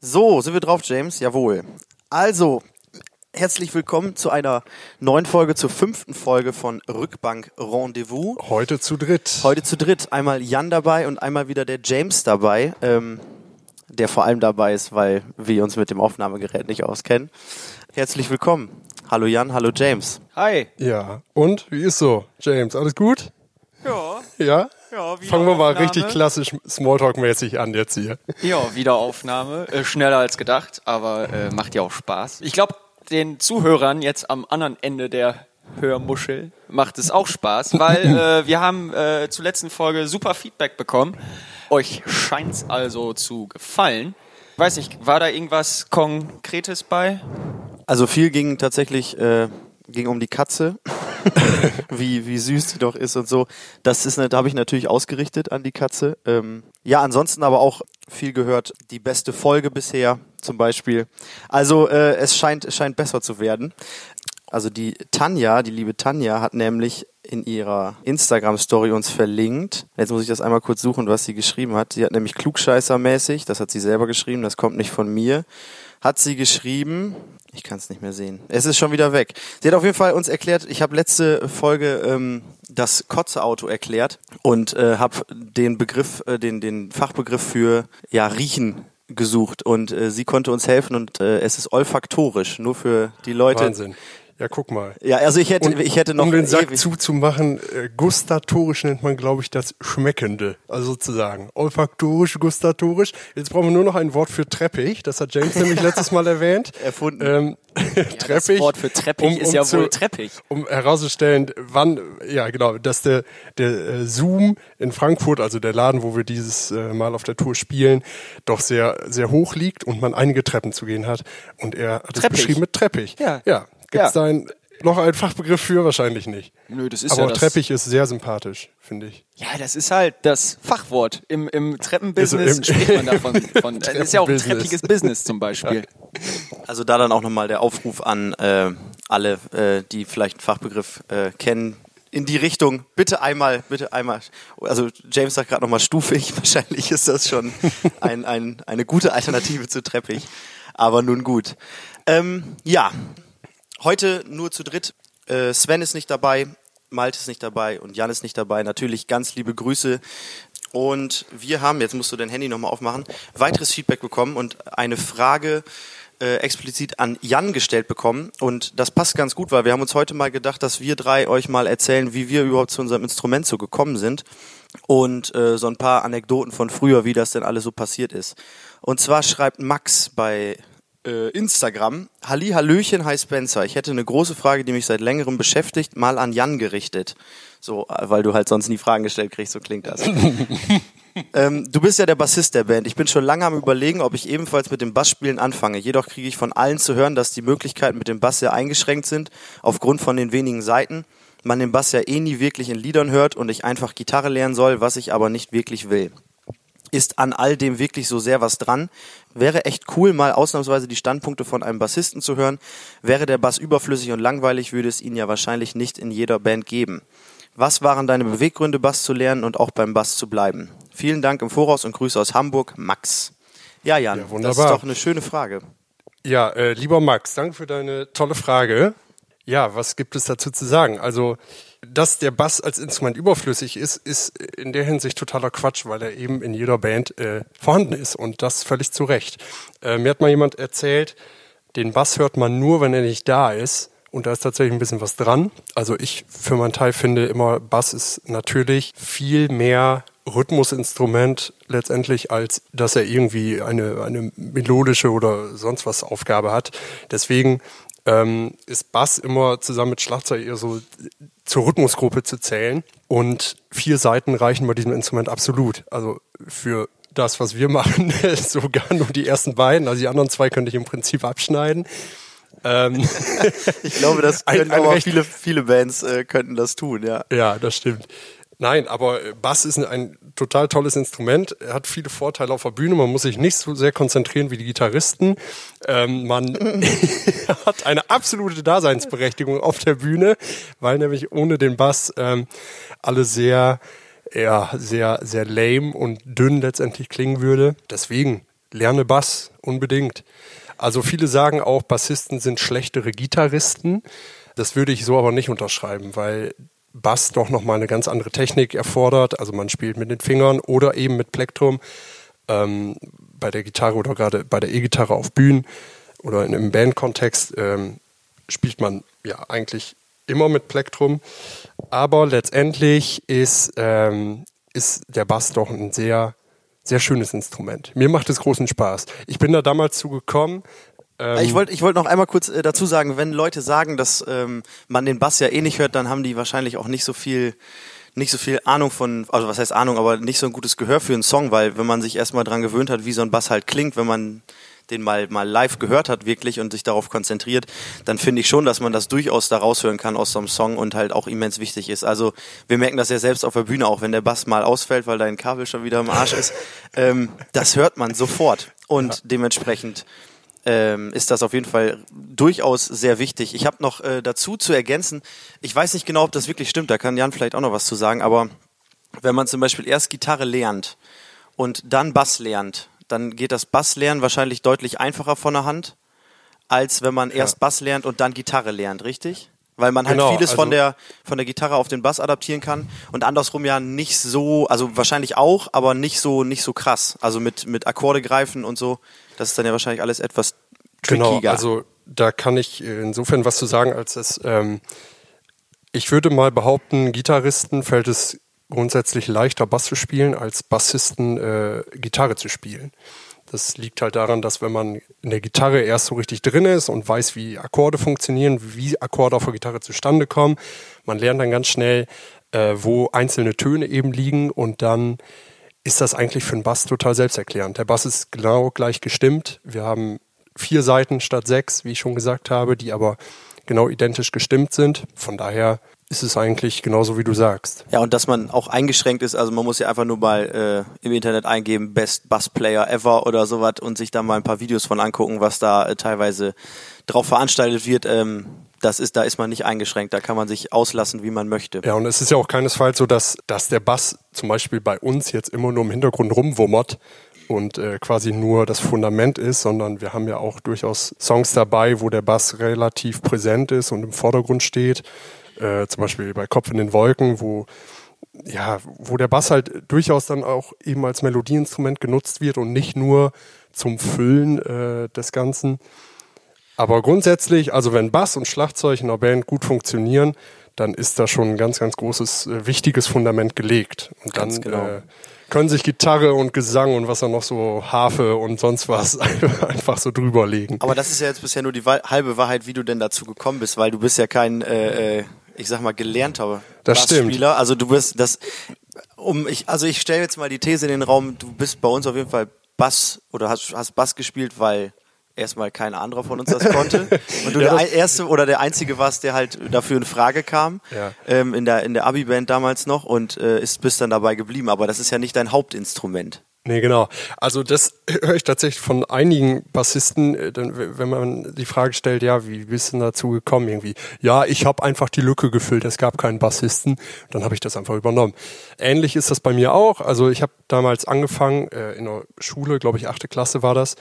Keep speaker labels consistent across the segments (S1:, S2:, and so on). S1: So, sind wir drauf, James? Jawohl. Also, herzlich willkommen zu einer neuen Folge, zur fünften Folge von Rückbank Rendezvous.
S2: Heute zu dritt.
S1: Heute zu dritt. Einmal Jan dabei und einmal wieder der James dabei, ähm, der vor allem dabei ist, weil wir uns mit dem Aufnahmegerät nicht auskennen. Herzlich willkommen. Hallo Jan, hallo James.
S3: Hi.
S2: Ja. Und wie ist so, James? Alles gut?
S3: Ja,
S2: Ja?
S3: Ja, wieder
S2: Fangen wir mal
S3: Aufnahme.
S2: richtig klassisch Smalltalk-mäßig an jetzt hier.
S3: ja Wiederaufnahme. Äh, schneller als gedacht, aber äh, macht ja auch Spaß. Ich glaube, den Zuhörern jetzt am anderen Ende der Hörmuschel macht es auch Spaß, weil äh, wir haben äh, zur letzten Folge super Feedback bekommen. Euch scheint's also zu gefallen. Weiß nicht, war da irgendwas Konkretes bei?
S1: Also viel ging tatsächlich äh, ging um die Katze, wie, wie süß die doch ist und so. Das ist, ne- da habe ich natürlich ausgerichtet an die Katze. Ähm, ja, ansonsten aber auch viel gehört. Die beste Folge bisher zum Beispiel. Also äh, es scheint es scheint besser zu werden. Also die Tanja, die liebe Tanja, hat nämlich in ihrer Instagram-Story uns verlinkt. Jetzt muss ich das einmal kurz suchen, was sie geschrieben hat. Sie hat nämlich klugscheißermäßig, das hat sie selber geschrieben, das kommt nicht von mir, hat sie geschrieben, ich kann es nicht mehr sehen, es ist schon wieder weg. Sie hat auf jeden Fall uns erklärt, ich habe letzte Folge ähm, das Kotzeauto erklärt und äh, habe den Begriff, äh, den, den Fachbegriff für ja, riechen gesucht und äh, sie konnte uns helfen und äh, es ist olfaktorisch, nur für die Leute,
S2: Wahnsinn. Ja, guck mal.
S1: ja, also ich hätte,
S2: Und
S1: ich hätte noch
S2: um den Sack
S1: ewig-
S2: zuzumachen, äh, gustatorisch nennt man, glaube ich, das Schmeckende. Also sozusagen olfaktorisch, gustatorisch. Jetzt brauchen wir nur noch ein Wort für Treppich. Das hat James nämlich letztes Mal erwähnt.
S1: Erfunden.
S2: Ähm, Treppich.
S3: Wort für Treppich ist ja wohl Treppich.
S2: Um herauszustellen, wann, ja genau, dass der, der äh, Zoom in Frankfurt, also der Laden, wo wir dieses äh, Mal auf der Tour spielen, doch sehr, sehr hoch liegt und man einige Treppen zu gehen hat. Und er hat es
S3: Treppich.
S2: beschrieben mit Treppich.
S3: Ja.
S2: ja. Gibt es
S3: Ja.
S2: da ein, noch einen Fachbegriff für? Wahrscheinlich nicht.
S3: Nö, das ist
S2: Aber
S3: ja das-
S2: Treppich ist sehr sympathisch, finde ich.
S3: Ja, das ist halt das Fachwort. Im, im Treppenbusiness
S2: Also im-
S3: spricht man davon. Von, das ist ja auch ein
S2: Treppenbusiness.
S3: treppiges Business zum Beispiel.
S1: Also da dann auch nochmal der Aufruf an äh, alle, äh, die vielleicht einen Fachbegriff äh, kennen. In die Richtung, bitte einmal, bitte einmal. Also James sagt gerade nochmal stufig, wahrscheinlich ist das schon ein, ein, eine gute Alternative zu treppig. Aber nun gut. Ähm, ja, heute nur zu dritt. Äh, Sven ist nicht dabei, Malte ist nicht dabei und Jan ist nicht dabei. Natürlich ganz liebe Grüße. Und wir haben, jetzt musst du dein Handy nochmal aufmachen, weiteres Feedback bekommen und eine Frage äh, explizit an Jan gestellt bekommen. Und das passt ganz gut, weil wir haben uns heute mal gedacht, dass wir drei euch mal erzählen, wie wir überhaupt zu unserem Instrument so gekommen sind. Und äh, so ein paar Anekdoten von früher, wie das denn alles so passiert ist. Und zwar schreibt Max bei äh, Instagram. Halli, Hallöchen, hi Spencer. Ich hätte eine große Frage, die mich seit längerem beschäftigt, mal an Jan gerichtet. So, äh, weil du halt sonst nie Fragen gestellt kriegst, so klingt das. ähm, du bist ja der Bassist der Band. Ich bin schon lange am überlegen, ob ich ebenfalls mit dem Bassspielen anfange. Jedoch kriege ich von allen zu hören, dass die Möglichkeiten mit dem Bass sehr eingeschränkt sind, aufgrund von den wenigen Seiten. Man den Bass ja eh nie wirklich in Liedern hört und ich einfach Gitarre lernen soll, was ich aber nicht wirklich will ist an all dem wirklich so sehr was dran. Wäre echt cool, mal ausnahmsweise die Standpunkte von einem Bassisten zu hören. Wäre der Bass überflüssig und langweilig, würde es ihn ja wahrscheinlich nicht in jeder Band geben. Was waren deine Beweggründe, Bass zu lernen und auch beim Bass zu bleiben? Vielen Dank im Voraus und Grüße aus Hamburg, Max. Ja, Jan,
S2: Ja,
S1: das
S2: wunderbar.
S1: ist doch eine schöne Frage.
S2: Ja, äh, lieber Max, danke für deine tolle Frage. Ja, was gibt es dazu zu sagen? Also, dass der Bass als Instrument überflüssig ist, ist in der Hinsicht totaler Quatsch, weil er eben in jeder Band äh, vorhanden ist und das völlig zu Recht. Äh, mir hat mal jemand erzählt, den Bass hört man nur, wenn er nicht da ist. Und da ist tatsächlich ein bisschen was dran. Also ich für meinen Teil finde immer, Bass ist natürlich viel mehr Rhythmusinstrument letztendlich, als dass er irgendwie eine, eine melodische oder sonst was Aufgabe hat. Deswegen ähm, ist Bass immer zusammen mit Schlagzeug eher so zur Rhythmusgruppe zu zählen. Und vier Seiten reichen bei diesem Instrument absolut. Also für das, was wir machen, sogar nur die ersten beiden. Also die anderen zwei könnte ich im Prinzip abschneiden. Ähm,
S1: Ich glaube, das
S2: Ein-
S1: können
S2: ein
S1: aber
S2: recht-
S1: viele, viele Bands äh, könnten das tun, ja.
S2: Ja, das stimmt. Nein, aber äh, Bass ist ein, ein total tolles Instrument, Er hat viele Vorteile auf der Bühne, man muss sich nicht so sehr konzentrieren wie die Gitarristen. Ähm, man hat eine absolute Daseinsberechtigung auf der Bühne, weil nämlich ohne den Bass ähm, alle sehr, ja, sehr, sehr lame und dünn letztendlich klingen würde. Deswegen lerne Bass unbedingt. Also viele sagen auch, Bassisten sind schlechtere Gitarristen. Das würde ich so aber nicht unterschreiben, weil Bass doch nochmal eine ganz andere Technik erfordert. Also man spielt mit den Fingern oder eben mit Plektrum ähm, bei der Gitarre oder gerade bei der E-Gitarre auf Bühnen oder in einem Bandkontext ähm, spielt man ja eigentlich immer mit Plektrum. Aber letztendlich ist, ähm, ist der Bass doch ein sehr, sehr schönes Instrument. Mir macht es großen Spaß. Ich bin da damals zugekommen. Ähm,
S1: Ich wollte ich wollt noch einmal kurz äh, dazu sagen, wenn Leute sagen, dass ähm, man den Bass ja eh nicht hört, dann haben die wahrscheinlich auch nicht so viel nicht so viel Ahnung von, also was heißt Ahnung, aber nicht so ein gutes Gehör für einen Song, weil wenn man sich erstmal dran gewöhnt hat, wie so ein Bass halt klingt, wenn man den mal, mal live gehört hat wirklich und sich darauf konzentriert, dann finde ich schon, dass man das durchaus da raushören kann aus so einem Song und halt auch immens wichtig ist. Also wir merken das ja selbst auf der Bühne auch, wenn der Bass mal ausfällt, weil dein Kabel schon wieder im Arsch ist, ähm, das hört man sofort und dementsprechend ähm, ist das auf jeden Fall durchaus sehr wichtig. Ich habe noch äh, dazu zu ergänzen, ich weiß nicht genau, ob das wirklich stimmt, da kann Jan vielleicht auch noch was zu sagen, aber wenn man zum Beispiel erst Gitarre lernt und dann Bass lernt, dann geht das Basslernen wahrscheinlich deutlich einfacher von der Hand, als wenn man erst Bass lernt und dann Gitarre lernt, richtig? Weil man halt
S2: Genau,
S1: vieles von,
S2: also-
S1: der, von der Gitarre auf den Bass adaptieren kann und andersrum ja nicht so, also wahrscheinlich auch, aber nicht so, nicht so krass. Also mit, mit Akkorde greifen und so, das ist dann ja wahrscheinlich alles etwas
S2: Genau,
S1: trickiger.
S2: also da kann ich äh, insofern was zu sagen, als es, ähm, ich würde mal behaupten, Gitarristen fällt es grundsätzlich leichter, Bass zu spielen, als Bassisten äh, Gitarre zu spielen. Das liegt halt daran, dass wenn man in der Gitarre erst so richtig drin ist und weiß, wie Akkorde funktionieren, wie Akkorde auf der Gitarre zustande kommen, man lernt dann ganz schnell, äh, wo einzelne Töne eben liegen und dann ist das eigentlich für einen Bass total selbsterklärend. Der Bass ist genau gleich gestimmt. Wir haben vier Seiten statt sechs, wie ich schon gesagt habe, die aber genau identisch gestimmt sind. Von daher ist es eigentlich genauso, wie du sagst.
S1: Ja, und dass man auch eingeschränkt ist, also man muss ja einfach nur mal äh, im Internet eingeben, Best Bass Player ever oder sowas und sich da mal ein paar Videos von angucken, was da äh, teilweise drauf veranstaltet wird. Ähm, das ist, da ist man nicht eingeschränkt, da kann man sich auslassen, wie man möchte.
S2: Ja, und es ist ja auch keinesfalls so, dass, dass der Bass zum Beispiel bei uns jetzt immer nur im Hintergrund rumwummert und äh, quasi nur das Fundament ist, sondern wir haben ja auch durchaus Songs dabei, wo der Bass relativ präsent ist und im Vordergrund steht. Äh, zum Beispiel bei Kopf in den Wolken, wo ja, wo der Bass halt durchaus dann auch eben als Melodieinstrument genutzt wird und nicht nur zum Füllen äh, des Ganzen. Aber grundsätzlich, also wenn Bass und Schlagzeug in einer Band gut funktionieren, dann ist da schon ein ganz, ganz großes, äh, wichtiges Fundament gelegt. Und dann
S1: Ganz genau.
S2: äh, können sich Gitarre und Gesang und was dann noch so Harfe und sonst was einfach so drüberlegen.
S1: Aber das ist ja jetzt bisher nur die Wa- halbe Wahrheit, wie du denn dazu gekommen bist, weil du bist ja kein, äh, äh, ich sag mal, gelernter
S2: Das stimmt.
S1: Bassspieler. Also du bist das, um ich, also ich stelle jetzt mal die These in den Raum, du bist bei uns auf jeden Fall Bass oder hast, hast Bass gespielt, weil erstmal kein anderer von uns das konnte. Und du der
S2: Ja, das-
S1: ein- erste oder der einzige warst, der halt dafür in Frage kam.
S2: Ja.
S1: Ähm, in der, in der Abi-Band damals noch und äh, ist bist dann dabei geblieben. Aber das ist ja nicht dein Hauptinstrument.
S2: Nee, genau. Also das höre ich tatsächlich von einigen Bassisten, äh, dann, w- wenn man die Frage stellt, ja, wie bist du denn dazu gekommen irgendwie? Ja, ich habe einfach die Lücke gefüllt, es gab keinen Bassisten, dann habe ich das einfach übernommen. Ähnlich ist das bei mir auch. Also ich habe damals angefangen, äh, in der Schule, glaube ich, achte Klasse war das,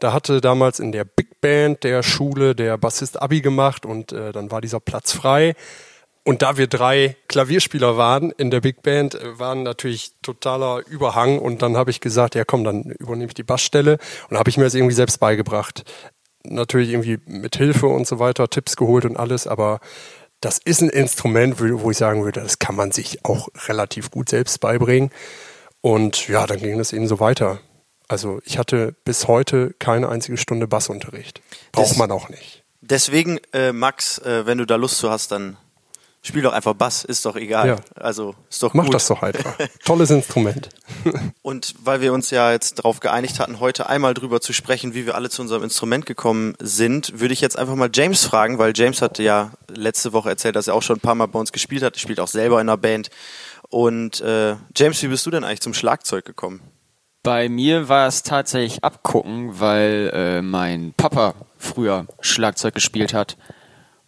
S2: da hatte damals in der Big Band der Schule der Bassist Abi gemacht und äh, dann war dieser Platz frei. Und da wir drei Klavierspieler waren in der Big Band, äh, waren natürlich totaler Überhang. Und dann habe ich gesagt, ja komm, dann übernehme ich die Bassstelle. Und da habe ich mir das irgendwie selbst beigebracht. Natürlich irgendwie mit Hilfe und so weiter, Tipps geholt und alles. Aber das ist ein Instrument, wo wo ich sagen würde, das kann man sich auch relativ gut selbst beibringen. Und ja, dann ging das eben so weiter. Also ich hatte bis heute keine einzige Stunde Bassunterricht. Braucht
S1: Das-
S2: man auch nicht.
S1: Deswegen, äh, Max, äh, wenn du da Lust zu hast, dann spiel doch einfach Bass, ist doch egal.
S2: Ja.
S1: Also ist doch
S2: Mach
S1: gut.
S2: das doch halt. einfach. Tolles Instrument.
S1: Und weil wir uns ja jetzt darauf geeinigt hatten, heute einmal drüber zu sprechen, wie wir alle zu unserem Instrument gekommen sind, würde ich jetzt einfach mal James fragen, weil James hatte ja letzte Woche erzählt, dass er auch schon ein paar Mal bei uns gespielt hat, spielt auch selber in einer Band. Und äh, James, wie bist du denn eigentlich zum Schlagzeug gekommen?
S3: Bei mir war es tatsächlich abgucken, weil äh, mein Papa früher Schlagzeug gespielt hat.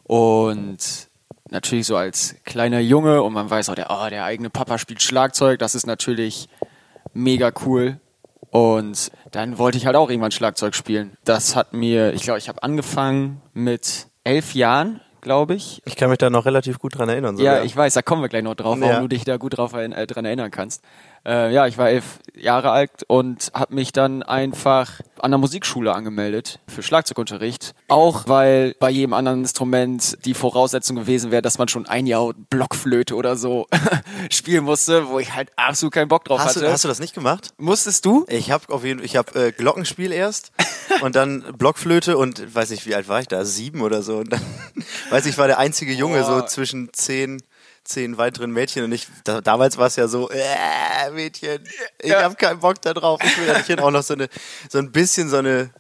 S3: Und natürlich so als kleiner Junge und man weiß auch, der, oh, der eigene Papa spielt Schlagzeug, das ist natürlich mega cool. Und dann wollte ich halt auch irgendwann Schlagzeug spielen. Das hat mir, ich glaube, ich habe angefangen mit elf Jahren, glaube ich.
S1: Ich kann mich da noch relativ gut dran erinnern.
S3: Ja,
S1: sogar.
S3: ich weiß, da kommen wir gleich noch drauf, warum
S1: Ja.
S3: du dich da gut drauf erinn- äh, dran erinnern kannst. Äh, ja, ich war elf Jahre alt und habe mich dann einfach an der Musikschule angemeldet für Schlagzeugunterricht. Auch weil bei jedem anderen Instrument die Voraussetzung gewesen wäre, dass man schon ein Jahr Blockflöte oder so spielen musste, wo ich halt absolut keinen Bock drauf
S1: hast,
S3: hatte.
S1: du, hast du das nicht gemacht?
S3: Musstest du?
S1: Ich habe auf jeden ich habe äh, Glockenspiel erst und dann Blockflöte und weiß nicht, wie alt war ich da? Sieben oder so. Und dann, weiß ich, war der einzige Junge so
S3: Boah.
S1: zwischen zehn, zehn weiteren Mädchen und ich, da, damals war es ja so, äh, Mädchen, ich
S3: Ja.
S1: habe keinen Bock da drauf. Ich will da nicht hin. Auch noch so eine, so ein bisschen so eine,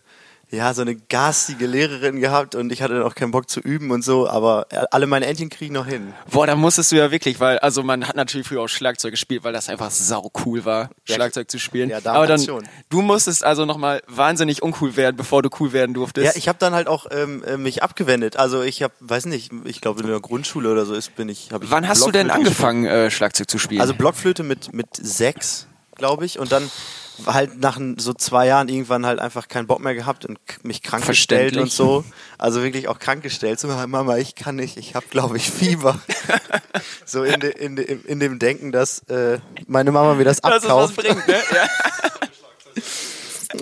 S1: ja, so eine garstige Lehrerin gehabt und ich hatte dann auch keinen Bock zu üben und so, aber äh, alle meine Entchen kriegen noch hin.
S3: Boah, da musstest du ja wirklich, weil, also man hat natürlich früher auch Schlagzeug gespielt, weil das einfach sau cool war,
S1: Ja,
S3: Schlagzeug zu spielen.
S1: ja, damals
S3: Aber dann,
S1: schon.
S3: du musstest also nochmal wahnsinnig uncool werden, bevor du cool werden
S1: Ja,
S3: durftest.
S1: ich habe dann halt auch ähm, äh, mich abgewendet. Also ich habe, weiß nicht, ich glaube in der Grundschule oder so ist, bin ich. Hab ich
S3: Wann hast du denn
S1: Blockflöte
S3: angefangen, äh, Schlagzeug zu
S1: gespielt.
S3: spielen?
S1: Also Blockflöte mit mit sechs, glaube ich, und dann halt nach n- so zwei Jahren irgendwann halt einfach keinen Bock mehr gehabt und k- mich krank gestellt und
S3: Verständlich.
S1: so. Also wirklich auch krank gestellt. So, "Ah, Mama, ich kann nicht, ich habe glaube ich Fieber. so in, de, in, de, im- in dem Denken, dass äh, meine Mama mir das
S3: dass es was
S1: abkauft.
S3: bringt, ne? Ja.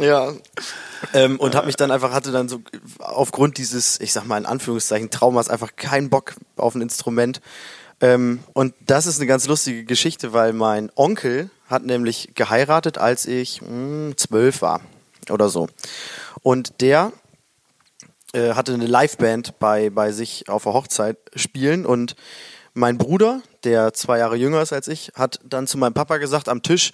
S1: Ja. Ähm, und habe mich dann einfach, hatte dann so aufgrund dieses, ich sag mal in Anführungszeichen, Traumas einfach keinen Bock auf ein Instrument. Ähm, und das ist eine ganz lustige Geschichte, weil mein Onkel hat nämlich geheiratet, als ich mh, zwölf war oder so. Und der äh, hatte eine Liveband bei, bei sich auf der Hochzeit spielen und mein Bruder, der zwei Jahre jünger ist als ich, hat dann zu meinem Papa gesagt am Tisch,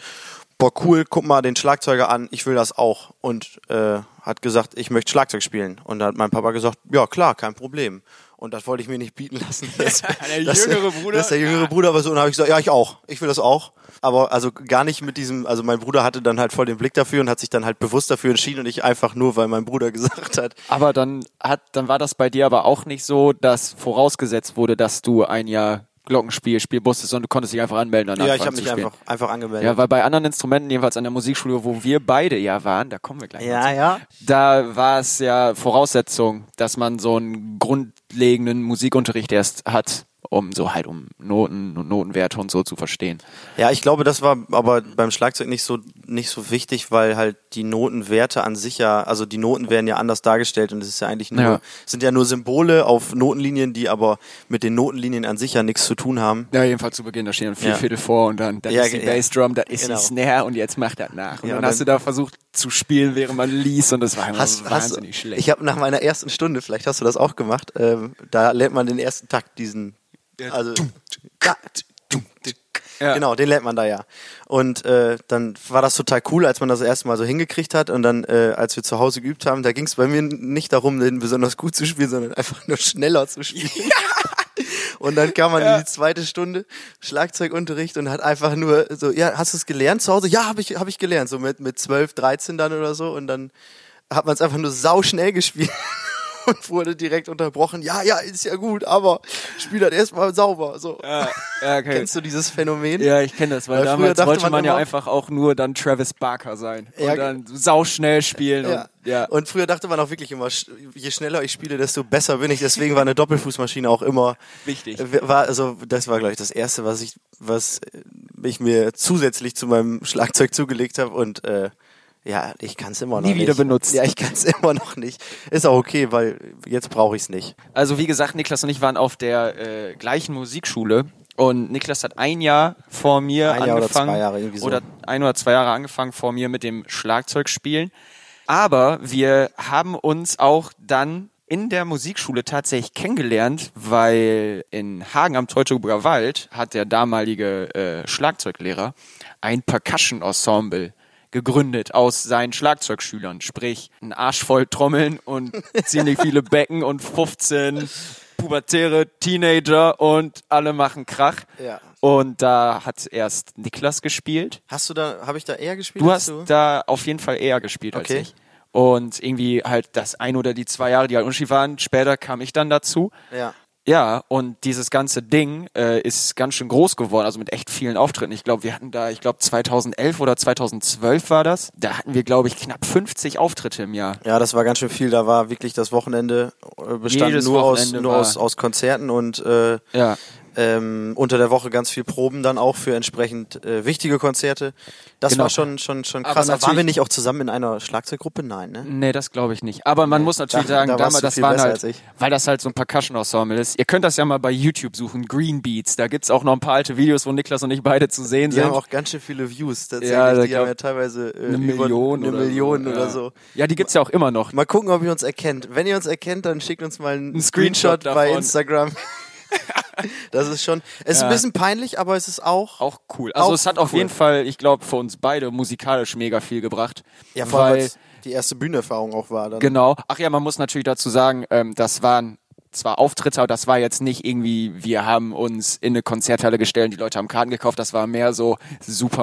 S1: boah cool, guck mal den Schlagzeuger an, ich will das auch und äh, hat gesagt, ich möchte Schlagzeug spielen und da hat mein Papa gesagt, ja klar, kein Problem und das wollte ich mir nicht bieten lassen. Dass,
S3: Der jüngere Bruder?
S1: Dass der jüngere Bruder war so und habe ich gesagt, ja ich auch, ich will das auch, aber also gar nicht mit diesem, also mein Bruder hatte dann halt voll den Blick dafür und hat sich dann halt bewusst dafür entschieden und ich einfach nur, weil mein Bruder gesagt hat,
S3: Aber dann hat, dann war das bei dir aber auch nicht so, dass vorausgesetzt wurde, dass du ein Jahr Glockenspiel spielen musstest, sondern du konntest dich einfach anmelden. Dann
S1: Ja, ich
S3: anfangen
S1: habe
S3: zu
S1: mich
S3: spielen.
S1: einfach, einfach angemeldet.
S3: Ja, weil bei anderen Instrumenten, jedenfalls an der Musikschule, wo wir beide ja waren, da kommen wir gleich noch zu.
S1: ja.
S3: Da war es ja Voraussetzung, dass man so einen grundlegenden Musikunterricht erst hat, um so halt um Noten und Notenwerte und so zu verstehen.
S1: Ja, ich glaube, das war aber beim Schlagzeug nicht so, nicht so wichtig, weil halt die Notenwerte an sich ja, also die Noten werden ja anders dargestellt und es ist ja eigentlich nur,
S3: Ja.
S1: es sind ja nur Symbole auf Notenlinien, die aber mit den Notenlinien an sich ja nichts zu tun haben.
S3: Ja, jedenfalls zu Beginn, da stehen dann vier
S1: Ja.
S3: Viertel vor und dann, dann
S1: Ja,
S3: ist die
S1: ge- ja.
S3: Bassdrum, dann ist
S1: Genau.
S3: die Snare und jetzt macht das nach. Und
S1: Ja,
S3: dann,
S1: und
S3: hast du
S1: dann-
S3: da versucht zu spielen, während man liest und das war immer
S1: Hast- hast-
S3: wahnsinnig schlecht.
S1: Ich habe nach meiner ersten Stunde, vielleicht hast du das auch gemacht, ähm, da lernt man den ersten Takt, diesen, also, Ja.
S3: Ja.
S1: Genau, den lernt man da ja. Und äh, dann war das total cool, als man das erste Mal so hingekriegt hat. Und dann, äh, als wir zu Hause geübt haben, da ging es bei mir nicht darum, den besonders gut zu spielen, sondern einfach nur schneller zu spielen. Und dann kam man in die zweite Stunde Schlagzeugunterricht und hat einfach nur so, ja, hast du es gelernt zu Hause? Ja, habe ich, hab ich gelernt. So mit, mit 12, 13 dann oder so. Und dann hat man es einfach nur sauschnell gespielt und wurde direkt unterbrochen. Ja, ja, ist ja gut, aber spiel das erstmal sauber. So.
S3: ja, ja, okay.
S1: Kennst du dieses Phänomen?
S3: ja, ich kenne das, weil,
S1: Weil früher
S3: damals
S1: dachte
S3: wollte man,
S1: man
S3: ja
S1: immer-
S3: einfach auch nur dann Travis Barker sein und
S1: Ja, ge-
S3: dann sauschnell spielen
S1: Ja.
S3: und ja.
S1: Und früher dachte man auch wirklich immer, sch- je schneller ich spiele, desto besser bin ich. Deswegen war eine Doppelfußmaschine auch immer
S3: Wichtig.
S1: äh, War, also das war, glaube ich, das Erste, was ich, was äh, ich mir zusätzlich zu meinem Schlagzeug zugelegt habe. Und äh, ja, ich kann es immer noch
S3: Nie
S1: nicht.
S3: wieder benutzt.
S1: Ja, ich kann es immer noch nicht. Ist auch okay, weil jetzt brauche ich es nicht.
S3: Also wie gesagt, Niklas und ich waren auf der äh, gleichen Musikschule und Niklas hat ein Jahr vor mir
S1: Ein Jahr oder
S3: angefangen
S1: zwei Jahre, irgendwie so.
S3: oder ein oder zwei Jahre angefangen vor mir mit dem Schlagzeugspielen. Aber wir haben uns auch dann in der Musikschule tatsächlich kennengelernt, weil in Hagen am Teutoburger Wald hat der damalige äh, Schlagzeuglehrer ein Percussion-Ensemble gegründet aus seinen Schlagzeugschülern. Sprich, ein Arsch voll Trommeln und ziemlich viele Becken und 15 pubertäre Teenager und alle machen Krach.
S1: Ja.
S3: Und da hat erst Niklas gespielt.
S1: Hast du da, habe ich da eher gespielt?
S3: Du
S1: als
S3: hast da auf jeden Fall eher gespielt
S1: Okay.
S3: als ich. Und irgendwie halt das ein oder die zwei Jahre, die halt unschief waren, später kam ich dann dazu.
S1: Ja.
S3: Ja, und dieses ganze Ding äh, ist ganz schön groß geworden, also mit echt vielen Auftritten. Ich glaube, wir hatten da, ich glaube 2011 oder 2012 war das, da hatten wir, glaube ich, knapp 50 Auftritte im Jahr.
S1: Ja, das war ganz schön viel. Da war wirklich das Wochenende äh, bestand
S3: Jedes
S1: nur,
S3: Wochenende
S1: aus, nur
S3: war-
S1: aus, aus Konzerten und äh,
S3: Ja.
S1: ähm, unter der Woche ganz viel Proben dann auch für entsprechend äh, wichtige Konzerte. Das
S3: Genau.
S1: war schon, schon, schon
S3: Aber
S1: krass. Aber waren wir
S3: natürlich- Mhm.
S1: nicht auch zusammen in einer Schlagzeuggruppe? Nein, ne?
S3: Nee, das glaube ich nicht. Aber man muss natürlich
S1: da-
S3: sagen,
S1: da warst
S3: damals,
S1: du
S3: das
S1: viel
S3: waren
S1: besser
S3: halt,
S1: als ich.
S3: weil das halt so ein Percussion-Ensemble ist. Ihr könnt das ja mal bei YouTube suchen, Green Beats. Da gibt's auch noch ein paar alte Videos, wo Niklas und ich beide zu sehen
S1: Die
S3: sind.
S1: haben auch ganz schön viele Views tatsächlich.
S3: Ja, da
S1: die haben
S3: glaub-
S1: ja teilweise äh,
S3: eine
S1: über-
S3: Million,
S1: eine
S3: oder,
S1: Million
S3: so.
S1: oder
S3: ja.
S1: so.
S3: Ja, die gibt's ja auch immer noch.
S1: Mal gucken, ob ihr uns erkennt. Wenn ihr uns erkennt, dann schickt uns mal einen
S3: Ein
S1: Screenshot,
S3: Screenshot
S1: bei
S3: davon.
S1: Instagram. das ist schon. Es ist ein bisschen peinlich, aber es ist auch.
S3: Auch cool. Also
S1: Auch
S3: es hat auf
S1: cool.
S3: jeden Fall, ich glaube, für uns beide musikalisch mega viel gebracht.
S1: ja, vor allem,
S3: weil,
S1: weil's die erste Bühnenerfahrung auch war. Dann.
S3: Genau. Ach ja, man muss natürlich dazu sagen, ähm, das waren zwar Auftritte, aber das war jetzt nicht irgendwie, wir haben uns in eine Konzerthalle gestellt, die Leute haben Karten gekauft, das war mehr so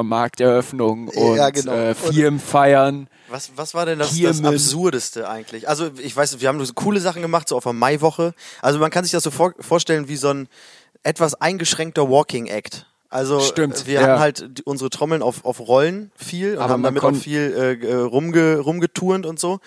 S3: Supermarkteröffnung und
S1: Ja, genau.
S3: äh, Firmenfeiern.
S1: Was, was war denn das, das
S3: Kiermen.
S1: Absurdeste eigentlich? Also, ich weiß, wir haben so coole Sachen gemacht, so auf der Maiwoche. Also, man kann sich das so vor, vorstellen wie so ein etwas eingeschränkter Walking Act. Also,
S3: Stimmt,
S1: wir
S3: ja.
S1: hatten halt die, unsere Trommeln auf, auf Rollen viel und
S3: Aber
S1: haben
S3: man
S1: damit auch
S3: kon-
S1: viel äh, g- äh, rumge, rumgeturnt und so.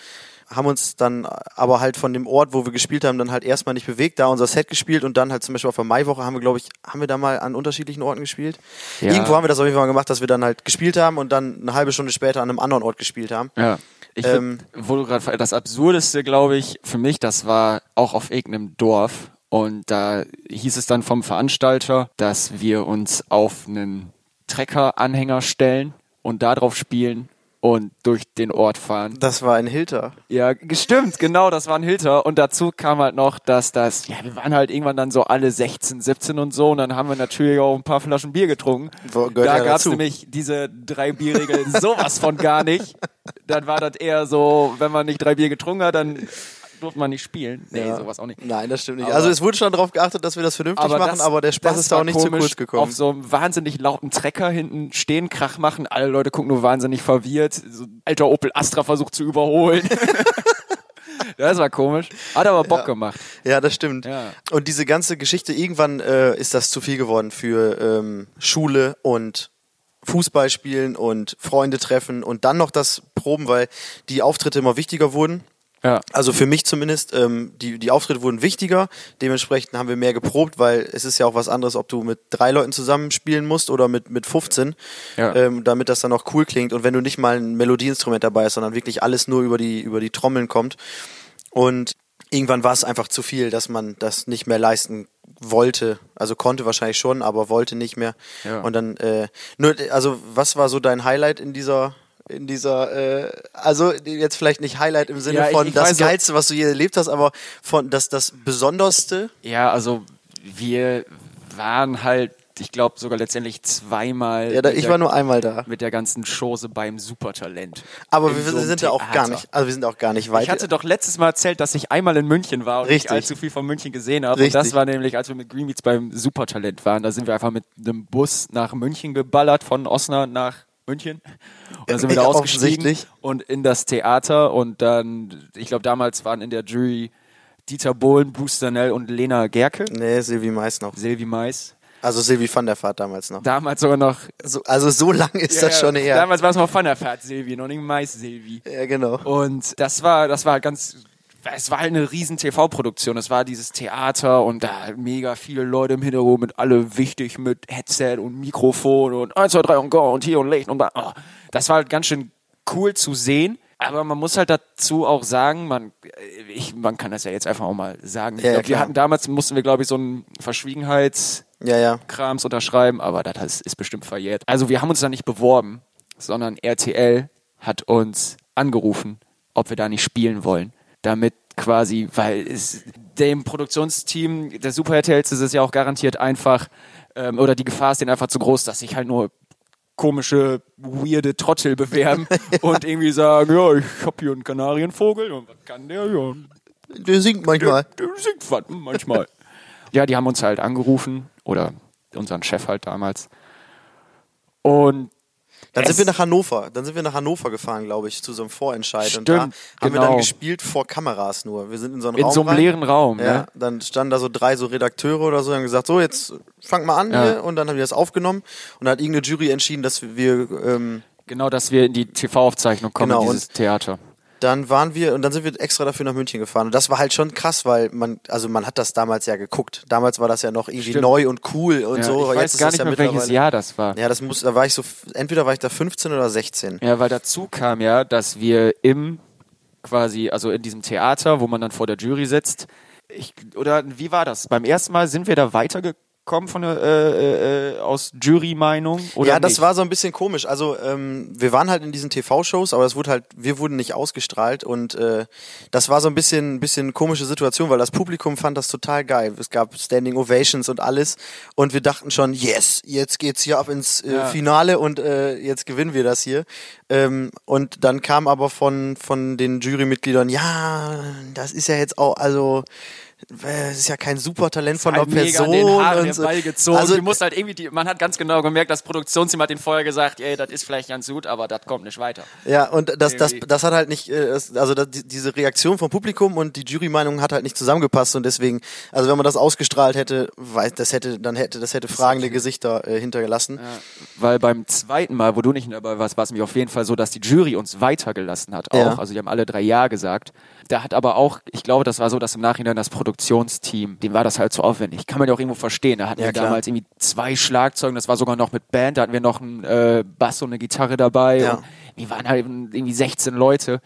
S1: Haben uns dann aber halt von dem Ort, wo wir gespielt haben, dann halt erstmal nicht bewegt, da unser Set gespielt und dann halt zum Beispiel auf der Maiwoche haben wir, glaube ich, haben wir da mal an unterschiedlichen Orten gespielt.
S3: Ja.
S1: Irgendwo haben wir das auf jeden Fall mal gemacht, dass wir dann halt gespielt haben und dann eine halbe Stunde später an einem anderen Ort gespielt haben.
S3: Ja. Ich
S1: Ähm.
S3: find, wo du gerade das Absurdeste, glaube ich, für mich, das war auch auf irgendeinem Dorf. Und da hieß es dann vom Veranstalter, dass wir uns auf einen Trecker-Anhänger stellen und da drauf spielen und durch den Ort fahren.
S1: Das war ein Hilter.
S3: Ja, gestimmt, genau, das war ein Hilter. Und dazu kam halt noch, dass das, ja, wir waren halt irgendwann dann so alle 16, 17 und so und dann haben wir natürlich auch ein paar Flaschen Bier getrunken.
S1: So, gehört
S3: da
S1: ja
S3: gab's
S1: dazu.
S3: nämlich diese drei Bierregeln sowas von gar nicht. Dann war das eher so, wenn man nicht drei Bier getrunken hat, dann durfte man nicht spielen. Nee, sowas auch nicht.
S1: Nein, das stimmt nicht.
S3: Aber-
S1: also es wurde schon darauf geachtet, dass wir das vernünftig machen,
S3: das-
S1: aber der Spaß
S3: das
S1: ist da auch
S3: war
S1: nicht zu
S3: komisch.
S1: kurz gekommen.
S3: Auf so einem wahnsinnig lauten Trecker hinten stehen, Krach machen, alle Leute gucken nur wahnsinnig verwirrt. So ein alter Opel Astra versucht zu überholen. das war komisch. Hat aber Bock gemacht.
S1: Ja, das stimmt.
S3: Ja.
S1: Und diese ganze Geschichte, irgendwann äh, ist das zu viel geworden für ähm, Schule und Fußball spielen und Freunde treffen und dann noch das Proben, weil die Auftritte immer wichtiger wurden.
S3: Ja.
S1: Also für mich zumindest, ähm, die, die Auftritte wurden wichtiger, dementsprechend haben wir mehr geprobt, weil es ist ja auch was anderes, ob du mit drei Leuten zusammenspielen musst oder mit, mit 15,
S3: Ja.
S1: ähm, damit das dann auch cool klingt und wenn du nicht mal ein Melodieinstrument dabei hast, sondern wirklich alles nur über die, über die Trommeln kommt. Und irgendwann war es einfach zu viel, dass man das nicht mehr leisten wollte. Also konnte wahrscheinlich schon, aber wollte nicht mehr.
S3: Ja.
S1: Und dann, äh, nur, also was war so dein Highlight in dieser, in dieser, äh, also jetzt vielleicht nicht Highlight im Sinne
S3: Ja, ich-
S1: von
S3: ich
S1: das
S3: weiß so-
S1: Geilste, was du je erlebt hast, aber von das, das Besonderste.
S3: Ja, also wir waren halt, ich glaube sogar letztendlich zweimal
S1: Ja, da,
S3: mit
S1: ich
S3: der-
S1: war nur einmal da.
S3: mit der ganzen Chose beim Supertalent.
S1: Aber
S3: In
S1: wir
S3: so einem
S1: sind ja auch gar
S3: Theater.
S1: nicht, also wir sind auch gar nicht weit.
S3: Ich hatte doch letztes Mal erzählt, dass ich einmal in München war und
S1: Richtig.
S3: nicht allzu viel von München gesehen habe.
S1: Richtig.
S3: Und das war nämlich, als wir mit Greenmeets beim Supertalent waren. Da sind wir einfach mit einem Bus nach München geballert, von Osnabrück nach München. Und dann sind wir da
S1: Ja,
S3: ausgestiegen
S1: offensichtlich.
S3: und in das Theater. Und dann, ich glaube, damals waren in der Jury Dieter Bohlen, Bruce Danell und Lena Gerke.
S1: nee, Silvi Mais noch.
S3: Silvi Mais.
S1: Also Silvi van der Vaart damals noch.
S3: Damals sogar noch.
S1: So, also so lang ist das schon her.
S3: Damals war es noch Van der Vaart Silvi, noch nicht Mais Silvi.
S1: ja, genau.
S3: Und das war, das war ganz, es war halt eine riesen TV-Produktion. Es war dieses Theater und da mega viele Leute im Hintergrund mit alle wichtig mit Headset und Mikrofon und 1, 2, 3 und go und hier und Licht und da. Oh, das war halt ganz schön cool zu sehen. Aber man muss halt dazu auch sagen, man, ich, man kann das ja jetzt einfach auch mal sagen. Ich
S1: Ja, ja,
S3: glaub, wir
S1: klar.
S3: hatten damals, mussten wir glaube ich so einen Verschwiegenheits,
S1: Ja, ja.
S3: Krams unterschreiben, aber das heißt, ist bestimmt verjährt. Also wir haben uns da nicht beworben, sondern RTL hat uns angerufen, ob wir da nicht spielen wollen. Damit quasi, weil es dem Produktionsteam der Super RTLs ist es ja auch garantiert einfach, ähm, oder die Gefahr ist denen einfach zu groß, dass sich halt nur komische, weirde Trottel bewerben und irgendwie sagen, ja, ich hab hier einen Kanarienvogel und was kann der? Ja,
S1: Der singt manchmal.
S3: der singt was manchmal. ja, die haben uns halt angerufen oder unseren Chef halt damals. Und
S1: Dann
S3: Es-
S1: sind wir nach Hannover. Dann sind wir nach Hannover gefahren, glaube ich, zu so einem Vorentscheid. und
S3: Stimmt,
S1: da haben wir dann
S3: genau.
S1: gespielt vor Kameras nur. Wir sind in so einem
S3: In
S1: Raum.
S3: so einem
S1: rein.
S3: leeren Raum,
S1: Ja,
S3: ne?
S1: Dann standen da so drei so Redakteure oder so und haben gesagt, so jetzt fang mal an
S3: Ja.
S1: hier. Und dann haben die das aufgenommen und dann hat irgendeine Jury entschieden, dass wir ähm,
S3: Genau, dass wir in die TV-Aufzeichnung kommen,
S1: Genau,
S3: dieses Theater.
S1: dann waren wir und dann sind wir extra dafür nach München gefahren. Und das war halt schon krass, weil man, also man hat das damals ja geguckt. Damals war das ja noch irgendwie
S3: Stimmt.
S1: neu und cool und
S3: Ja,
S1: so.
S3: ich
S1: aber
S3: weiß gar nicht
S1: ja
S3: mehr, welches
S1: mittlerweile-
S3: Jahr das war.
S1: Ja, das muss, da war ich so, entweder war ich da 15 oder 16.
S3: Ja, weil dazu kam ja, dass wir im quasi, also in diesem Theater, wo man dann vor der Jury sitzt, ich, oder wie war das? Beim ersten Mal sind wir da weitergekommen von der, äh, äh, äh, aus Jury-Meinung? Oder
S1: ja, das
S3: nicht?
S1: war so ein bisschen komisch. Also ähm, wir waren halt in diesen TV-Shows, aber das wurde halt, wir wurden nicht ausgestrahlt und äh, das war so ein bisschen, bisschen komische Situation, weil das Publikum fand das total geil. Es gab Standing Ovations und alles und wir dachten schon, yes, jetzt geht's hier ab ins äh,
S3: Ja.
S1: Finale und äh, jetzt gewinnen wir das hier. Ähm, und dann kam aber von von den Jurymitgliedern, ja, das ist ja jetzt auch, also äh, es ist ja kein Supertalent von einer
S3: Halt mega
S1: Person.
S3: an den Haaren
S1: und
S3: den
S1: so.
S3: Ball gezogen.
S1: Also,
S3: du musst halt irgendwie die, man hat ganz genau gemerkt, das Produktionsteam hat den vorher gesagt, ey, das ist vielleicht ganz gut, aber das kommt nicht weiter.
S1: Ja, und das, das,
S3: Irgendwie.
S1: das hat halt nicht, äh, das- also das, die- diese Reaktion vom Publikum und die Jury-Meinung hat halt nicht zusammengepasst und deswegen, also wenn man das ausgestrahlt hätte, weiß, das hätte, dann hätte, das hätte fragende Gesichter äh, hintergelassen.
S3: Weil beim zweiten Mal, wo du nicht dabei warst, war es mir auf jeden Fall so, dass die Jury uns weitergelassen hat. Auch.
S1: Ja.
S3: Also die haben alle drei Ja gesagt. Da hat aber auch, ich glaube, das war so, dass im Nachhinein das Produktionsteam, dem war das halt zu aufwendig. Kann man ja auch irgendwo verstehen. Da hatten
S1: Ja,
S3: wir
S1: klar.
S3: damals irgendwie zwei Schlagzeugen, das war sogar noch mit Band, da hatten wir noch einen äh, Bass und eine Gitarre dabei.
S1: Ja.
S3: Und wir waren halt irgendwie 16 Leute.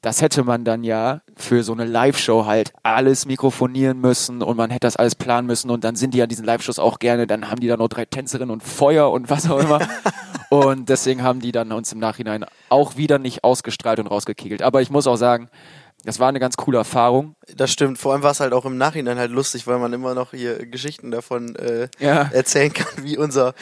S3: Das hätte man dann ja für so eine Live-Show halt alles mikrofonieren müssen und man hätte das alles planen müssen und dann sind die an diesen Live-Shows auch gerne, dann haben die da noch drei Tänzerinnen und Feuer und was auch immer. und deswegen haben die dann uns im Nachhinein auch wieder nicht ausgestrahlt und rausgekegelt. Aber ich muss auch sagen, das war eine ganz coole Erfahrung.
S1: Das stimmt. Vor allem war es halt auch im Nachhinein halt lustig, weil man immer noch hier Geschichten davon äh,
S3: Ja.
S1: erzählen kann, wie unser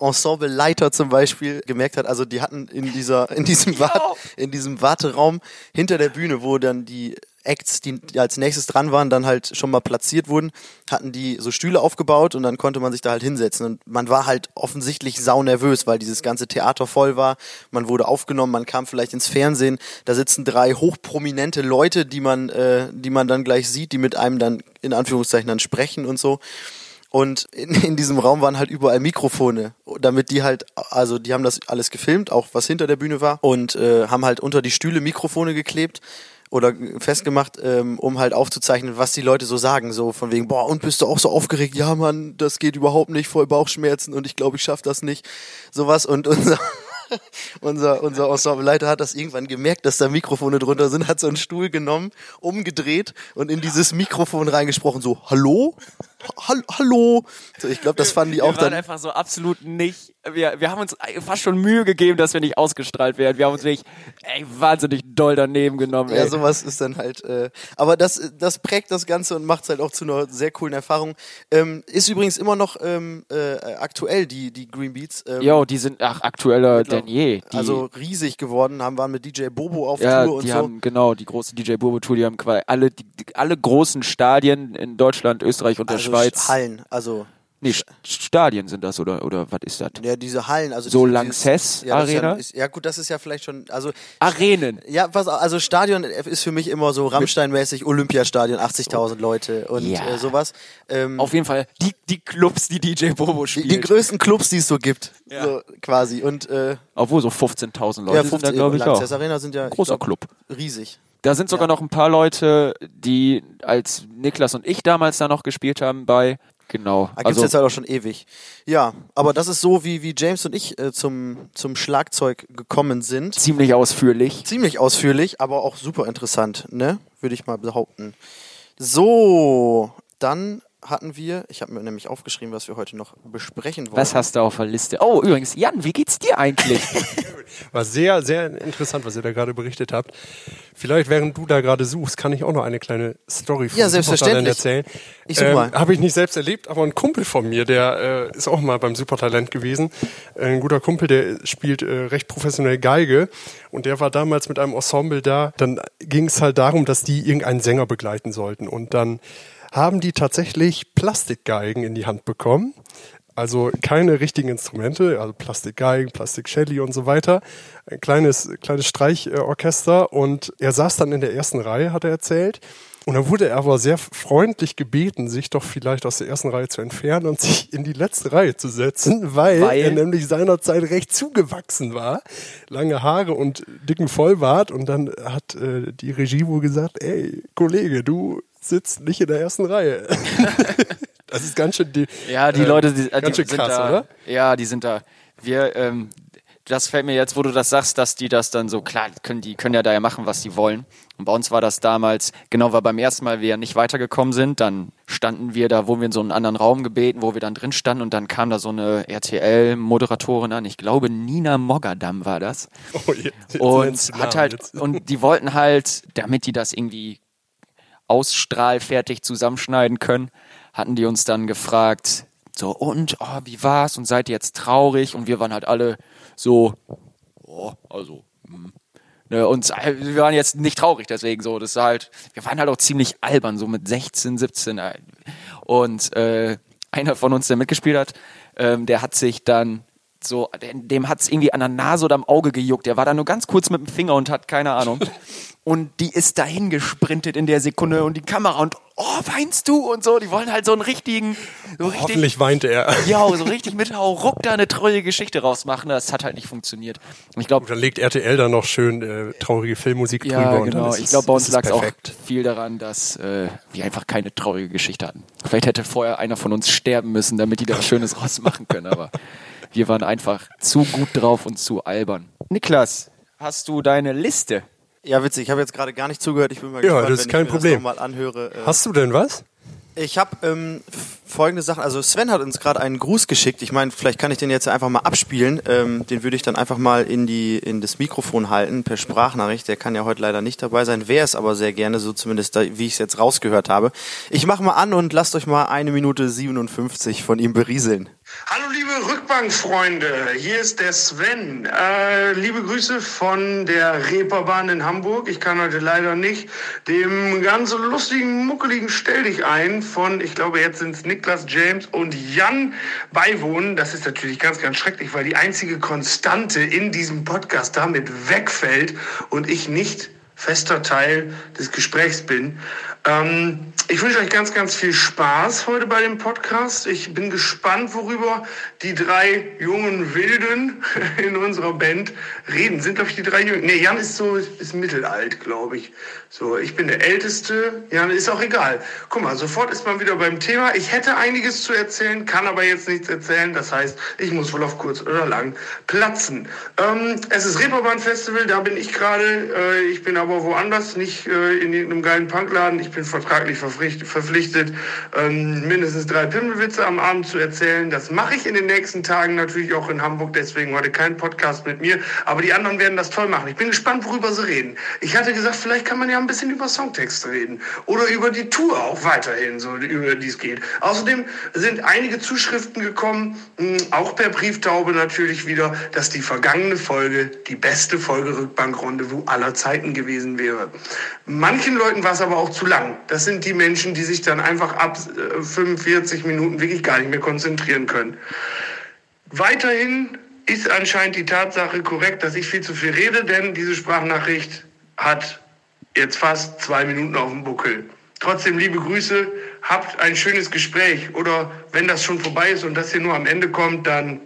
S1: Ensembleleiter zum Beispiel gemerkt hat. Also die hatten in dieser, in diesem, Wart, in diesem Warteraum hinter der Bühne, wo dann die Acts, die die als nächstes dran waren, dann halt schon mal platziert wurden, hatten die so Stühle aufgebaut und dann konnte man sich da halt hinsetzen. Und man war halt offensichtlich saunervös, weil dieses ganze Theater voll war. Man wurde aufgenommen, man kam vielleicht ins Fernsehen. Da sitzen drei hochprominente Leute, die man, äh, die man dann gleich sieht, die mit einem dann in Anführungszeichen dann sprechen und so. Und in, in diesem Raum waren halt überall Mikrofone, damit die halt, also die haben das alles gefilmt, auch was hinter der Bühne war, und äh, haben halt unter die Stühle Mikrofone geklebt oder festgemacht, ähm, um halt aufzuzeichnen, was die Leute so sagen. So von wegen, boah, und bist du auch so aufgeregt? Ja, Mann, das geht überhaupt nicht, voll Bauchschmerzen und ich glaube, ich schaff das nicht. Sowas und unser. Unser, unser Ensembleleiter hat das irgendwann gemerkt, dass da Mikrofone drunter sind, hat so einen Stuhl genommen, umgedreht und in dieses Mikrofon reingesprochen, so, hallo? Hall hallo? So, ich glaube, das fanden die auch
S3: wir waren
S1: dann.
S3: einfach so absolut nicht. Wir, wir haben uns fast schon Mühe gegeben, dass wir nicht ausgestrahlt werden. Wir haben uns wirklich ey, wahnsinnig doll daneben genommen.
S1: Ja,
S3: ey.
S1: sowas ist dann halt. Äh, aber das, das prägt das Ganze und macht es halt auch zu einer sehr coolen Erfahrung. Ähm, ist übrigens immer noch ähm, äh, aktuell, die, die Green Beats. Ähm,
S3: Jo, die sind ach, aktueller denn je. Die,
S1: also riesig geworden, haben waren mit DJ Bobo auf
S3: ja,
S1: Tour und
S3: die
S1: so.
S3: haben genau die große DJ Burbo Tour, die haben quasi alle die, die, alle großen Stadien in Deutschland, Österreich und der
S1: also
S3: Schweiz.
S1: Hallen, also
S3: Nee, Sch- Stadien sind das oder oder was ist das?
S1: ja, diese Hallen, also
S3: So
S1: diese-
S3: Lanxess
S1: ja, das ist
S3: Arena?
S1: Ja, ist, ja gut, das ist ja vielleicht schon, also
S3: Arenen.
S1: Ja, pass auf, also Stadion ist für mich immer so Rammstein-mäßig Olympiastadion, 80.000 Leute und
S3: Ja.
S1: äh, sowas. Ähm,
S3: Auf jeden Fall die die Clubs, die DJ Bobo
S1: die,
S3: spielt.
S1: die größten Clubs, die es so gibt,
S3: Ja.
S1: so quasi. Und äh,
S3: Obwohl so 15.000 Leute
S1: ja,
S3: sind
S1: 50
S3: da glaube ich auch.
S1: Lanxess Arena sind ja ich
S3: Großer
S1: glaub,
S3: Club.
S1: riesig.
S3: Da sind sogar noch ein paar Leute, die als Niklas und ich damals da noch gespielt haben bei genau.
S1: Da gibt's
S3: Also
S1: jetzt halt auch schon ewig. Ja, aber das ist so, wie, wie James und ich äh, zum, zum Schlagzeug gekommen sind.
S3: ziemlich ausführlich.
S1: Ziemlich ausführlich, aber auch super interessant, ne? Würde ich mal behaupten. So, dann hatten wir, ich habe mir nämlich aufgeschrieben, was wir heute noch besprechen wollen.
S3: Was hast du auf der Liste? Oh, übrigens, Jan, wie geht's dir eigentlich?
S2: War sehr, sehr interessant, was ihr da gerade berichtet habt. Vielleicht, während du da gerade suchst, kann ich auch noch eine kleine Story von
S1: Ja,
S2: Supertalent
S1: selbstverständlich.
S2: erzählen.
S1: Ich such mal.
S2: Habe ich nicht selbst erlebt, aber ein Kumpel von mir, der äh, ist auch mal beim Supertalent gewesen. Äh, Ein guter Kumpel, der spielt äh, recht professionell Geige und der war damals mit einem Ensemble da. Dann ging es halt darum, dass die irgendeinen Sänger begleiten sollten und dann haben die tatsächlich Plastikgeigen in die Hand bekommen Also keine richtigen Instrumente, also Plastikgeigen, Plastikcelli und so weiter. Ein kleines, kleines Streichorchester und er saß dann in der ersten Reihe, hat er erzählt. Und dann wurde er aber sehr freundlich gebeten, sich doch vielleicht aus der ersten Reihe zu entfernen und sich in die letzte Reihe zu setzen, weil,
S3: Weil?
S2: er nämlich seinerzeit recht zugewachsen war. Lange Haare und dicken Vollbart. Und dann hat äh, die Regie wohl gesagt, ey, Kollege, du sitzt nicht in der ersten Reihe. das ist ganz schön die,
S3: Ja, die
S2: äh,
S3: Leute, die, die
S2: ganz schön
S3: sind
S2: krass,
S3: da.
S2: oder?
S3: Ja, die sind da. Wir, ähm, das fällt mir jetzt, wo du das sagst, dass die das dann so, klar, die können, die können ja da ja machen, was die wollen. Und bei uns war das damals, genau, weil beim ersten Mal wir nicht weitergekommen sind, dann standen wir da, wurden wir in so einen anderen Raum gebeten, wo wir dann drin standen und dann kam da so eine RTL-Moderatorin an, ich glaube Nina Moggadam war das.
S2: Oh, jetzt- jetzt nennst
S3: Und
S2: du
S3: hat
S2: Namen
S3: halt,
S2: jetzt.
S3: und die wollten halt, damit die das irgendwie ausstrahlfertig zusammenschneiden können, hatten die uns dann gefragt, so, und, oh, wie war's? Und seid ihr jetzt traurig? Und wir waren halt alle so, oh, also, hm. ne, und wir waren jetzt nicht traurig, deswegen so, das war halt, wir waren halt auch ziemlich albern, so mit 16, 17. äh, Und äh, einer von uns, der mitgespielt hat, ähm, der hat sich dann so, der- dem hat's irgendwie an der Nase oder am Auge gejuckt. Der war da nur ganz kurz mit dem Finger und hat keine Ahnung. Und die ist dahin gesprintet in der Sekunde und die Kamera und oh, weinst du und so. Die wollen halt so einen richtigen, so richtig
S2: Hoffentlich weint er.
S3: ja, so richtig mit Hauruck da eine treue Geschichte rausmachen, das hat halt nicht funktioniert. Und ich glaube,
S2: Dann legt RTL dann noch schön äh, traurige Filmmusik drüber.
S3: ja,
S2: und dann
S3: genau.
S2: ist
S3: Ich
S2: es-
S3: glaube, bei
S2: ist
S3: uns
S2: es
S3: lag es auch
S2: perfekt.
S3: viel daran, dass äh, wir einfach keine traurige Geschichte hatten. Vielleicht hätte vorher einer von uns sterben müssen, damit die da was Schönes rausmachen können, aber wir waren einfach zu gut drauf und zu albern. Niklas, hast du deine Liste?
S1: Ja, witzig. Ich habe jetzt gerade gar nicht zugehört. Ich bin mal
S2: Ja,
S1: gespannt,
S2: das ist
S1: wenn
S2: kein
S1: ich mir
S2: Problem.
S1: das noch mal anhöre. äh,
S2: Hast du denn was?
S1: Ich habe ähm, f- folgende Sachen. Also Sven hat uns gerade einen Gruß geschickt. Ich meine, vielleicht kann ich den jetzt einfach mal abspielen. Ähm, den würde ich dann einfach mal in die in das Mikrofon halten per Sprachnachricht. Der kann ja heute leider nicht dabei sein. Wäre es aber sehr gerne, so zumindest, da, wie ich es jetzt rausgehört habe. Ich mache mal an und lasst euch mal eine Minute 57 von ihm berieseln.
S4: Hallo liebe Rückbankfreunde, hier ist der Sven. Äh, liebe Grüße von der Reeperbahn in Hamburg. Ich kann heute leider nicht dem ganz lustigen, muckeligen Stell dich ein von, ich glaube jetzt sind es Niklas, James und Jan beiwohnen. Das ist natürlich ganz, ganz schrecklich, weil die einzige Konstante in diesem Podcast damit wegfällt und ich nicht fester Teil des Gesprächs bin. Ähm, ich wünsche euch ganz, ganz viel Spaß heute bei dem Podcast. Ich bin gespannt, worüber die drei jungen Wilden in unserer Band reden. Sind, glaube ich, die drei jungen. Nee, Jan ist so, ist mittelalt, glaube ich. So, ich bin der Älteste. Jan ist auch egal. Guck mal, sofort ist man wieder beim Thema. Ich hätte einiges zu erzählen, kann aber jetzt nichts erzählen. Das heißt, ich muss wohl auf kurz oder lang platzen. Ähm, es ist Reeperbahn-Festival, da bin ich gerade. Äh, ich bin aber woanders, nicht äh, in irgendeinem geilen Punkladen. Ich bin vertraglich verpflichtet, verpflichtet ähm, mindestens drei Pimmelwitze am Abend zu erzählen. Das mache ich in den nächsten Tagen natürlich auch in Hamburg. Deswegen heute kein Podcast mit mir. Aber die anderen werden das toll machen. Ich bin gespannt, worüber sie reden. Ich hatte gesagt, vielleicht kann man ja ein bisschen über Songtexte reden. Oder über die Tour auch weiterhin, so über die es geht. Außerdem sind einige Zuschriften gekommen, mh, auch per Brieftaube natürlich wieder, dass die vergangene Folge die beste Folge Rückbank-Rendezvous aller Zeiten gewesen wäre. Manchen Leuten war es aber auch zu lang. Das sind die Menschen, die sich dann einfach ab äh, 45 Minuten wirklich gar nicht mehr konzentrieren können. Weiterhin ist anscheinend die Tatsache korrekt, dass ich viel zu viel rede, denn diese Sprachnachricht hat jetzt fast zwei Minuten auf dem Buckel. Trotzdem liebe Grüße, habt ein schönes Gespräch oder wenn das schon vorbei ist und das hier nur am Ende kommt, dann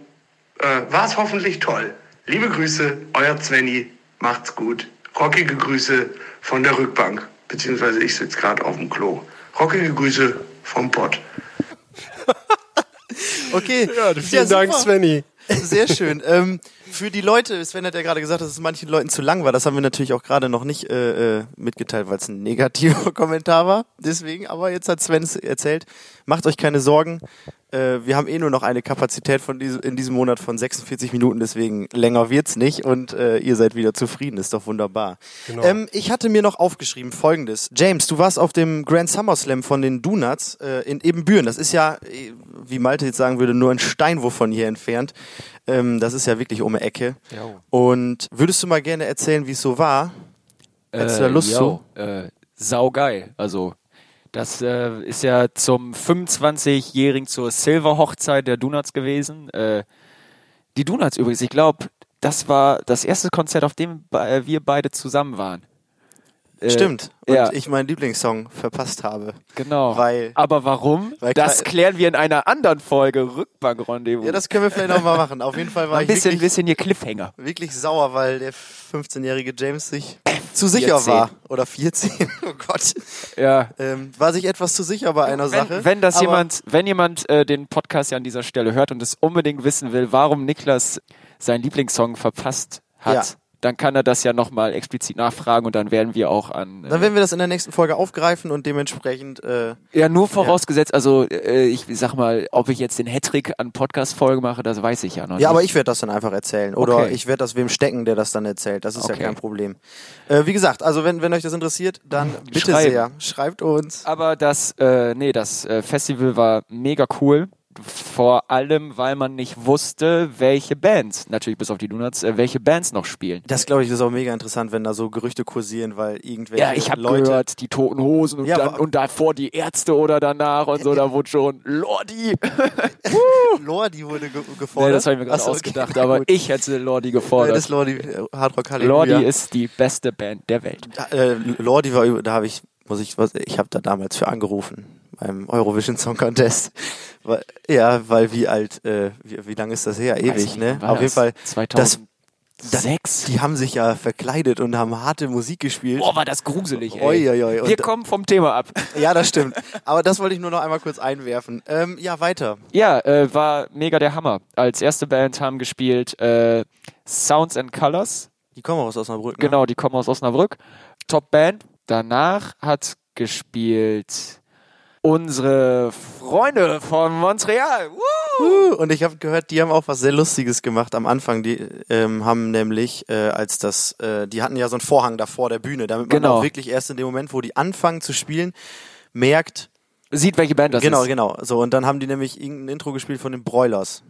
S4: äh, war es hoffentlich toll. Liebe Grüße, euer Svenny, macht's gut. Rockige Grüße von der Rückbank, beziehungsweise ich sitze gerade auf dem Klo. Rockige Grüße vom Pott.
S1: Okay.
S2: Ja, vielen Dank,
S1: super.
S2: Svenny.
S1: Sehr schön. ähm, für die Leute, Sven hat ja gerade gesagt, dass es manchen Leuten zu lang war. Das haben wir natürlich auch gerade noch nicht äh, äh, mitgeteilt, weil es ein negativer Kommentar war. Deswegen, aber jetzt hat Sven es erzählt. Macht euch keine Sorgen. Äh, wir haben eh nur noch eine Kapazität von diesem, in diesem Monat von 46 Minuten, deswegen länger wird's nicht und äh, ihr seid wieder zufrieden. Ist doch wunderbar.
S2: Genau.
S1: Ähm, ich hatte mir noch aufgeschrieben folgendes. James, du warst auf dem Grand Summer Slam von den Donuts äh, in Ebenbüren. Das ist ja, äh, wie Malte jetzt sagen würde, nur ein Steinwurf von hier entfernt. Ähm, das ist ja wirklich um die Ecke.
S3: Jo.
S1: Und würdest du mal gerne
S3: Äh,
S1: erzählen, wie es so war? Hättest du da Lust
S3: yo, äh, saugeil. Also Das äh, ist ja zum 25-Jährigen zur Silver-Hochzeit der Donuts gewesen. Äh, die Donuts übrigens, ich glaube, das war das erste Konzert, auf dem be- äh, wir beide zusammen waren. Äh,
S1: Stimmt. Und
S3: ja.
S1: ich meinen Lieblingssong verpasst habe.
S3: Genau.
S1: Weil-
S3: Aber warum?
S1: Weil
S3: das
S1: Kai-
S3: klären wir in einer anderen Folge, Rückbank-Rendezvous.
S1: Ja, das können wir vielleicht noch mal machen. Auf jeden Fall war
S3: ein
S1: ich
S3: bisschen,
S1: wirklich,
S3: bisschen hier Cliffhanger.
S1: wirklich sauer, weil der 15-jährige James sich zu sicher
S3: 14.
S1: war. Oder 14. Oh Gott.
S3: Ja.
S1: Ähm, war sich etwas zu sicher bei einer Sache.
S3: Wenn, wenn das
S1: aber-
S3: jemand, wenn jemand äh, den Podcast ja an dieser Stelle hört und es unbedingt wissen will, warum Niklas seinen Lieblingssong verpasst hat,
S1: Ja.
S3: dann kann er das ja nochmal explizit nachfragen und dann werden wir auch an. Äh,
S1: Dann werden wir das in der nächsten Folge aufgreifen und dementsprechend äh,
S3: ja, nur vorausgesetzt, also äh, ich sag mal, ob ich jetzt den Hattrick an Podcast-Folge mache, das weiß ich ja noch
S1: Ja,
S3: nicht.
S1: aber ich werde das dann einfach erzählen. Oder
S3: Okay.
S1: ich werde das wem stecken, der das dann erzählt. Das ist
S3: Okay.
S1: ja kein Problem. Äh, wie gesagt, also wenn, wenn euch das interessiert, dann bitte
S3: Schreiben.
S1: sehr, schreibt uns.
S3: Aber das, äh, nee, das äh, Festival war mega cool. Vor allem, weil man nicht wusste, welche Bands, natürlich bis auf die Donuts, äh, welche Bands noch spielen.
S1: Das glaube ich ist auch mega interessant, wenn da so Gerüchte kursieren, weil irgendwelche
S3: Ja, ich habe
S1: Leute.
S3: gehört, die toten Hosen und,
S1: Ja,
S3: dann,
S1: aber-
S3: und davor die Ärzte oder danach und so, da wurde schon Lordi.
S1: Lordi wurde ge gefordert.
S3: Nee, das habe ich mir gerade
S1: Achso, okay,
S3: ausgedacht,
S1: na
S3: aber
S1: gut.
S3: ich hätte Lordi
S1: Äh,
S3: gefordert.
S1: das Lordi, äh, Hard Rock
S3: Lordi
S1: Halleluja.
S3: ist die beste Band der Welt.
S1: Da, äh, Lordi war, über- da habe ich, muss ich, was, ich habe da damals für angerufen beim Eurovision Song Contest. Weil, ja, weil wie alt, äh, wie, wie lange ist das her?
S3: Weiß ich
S1: Ewig,
S3: nicht,
S1: ne?
S3: wann war
S1: Auf jeden
S3: das?
S1: Fall. Das
S3: 2006.
S1: Die haben sich ja verkleidet und haben harte Musik gespielt.
S3: Boah, war das gruselig, ey.
S1: Oi, oi, oi.
S3: Wir
S1: Und,
S3: kommen vom Thema ab.
S1: ja, das stimmt. Aber das wollte ich nur noch einmal kurz einwerfen. Ähm, ja, weiter.
S3: Ja, äh, war mega der Hammer. Als erste Band haben gespielt äh, Sounds and Colors.
S1: Die kommen auch aus Osnabrück. Ne?
S3: Genau, die kommen aus Osnabrück. Top Band. Danach hat gespielt unsere Freunde von Montreal. Woo!
S1: Uh, Und ich habe gehört, die haben auch was sehr Lustiges gemacht am Anfang. Die ähm, haben nämlich, äh, als das, äh, die hatten ja so einen Vorhang da vor der Bühne, damit man
S3: Genau.
S1: auch wirklich erst in dem Moment, wo die anfangen zu spielen, merkt.
S3: Sieht, welche Band das
S1: genau,
S3: ist.
S1: genau. So, und dann haben die nämlich irgendein Intro gespielt von den Broilers.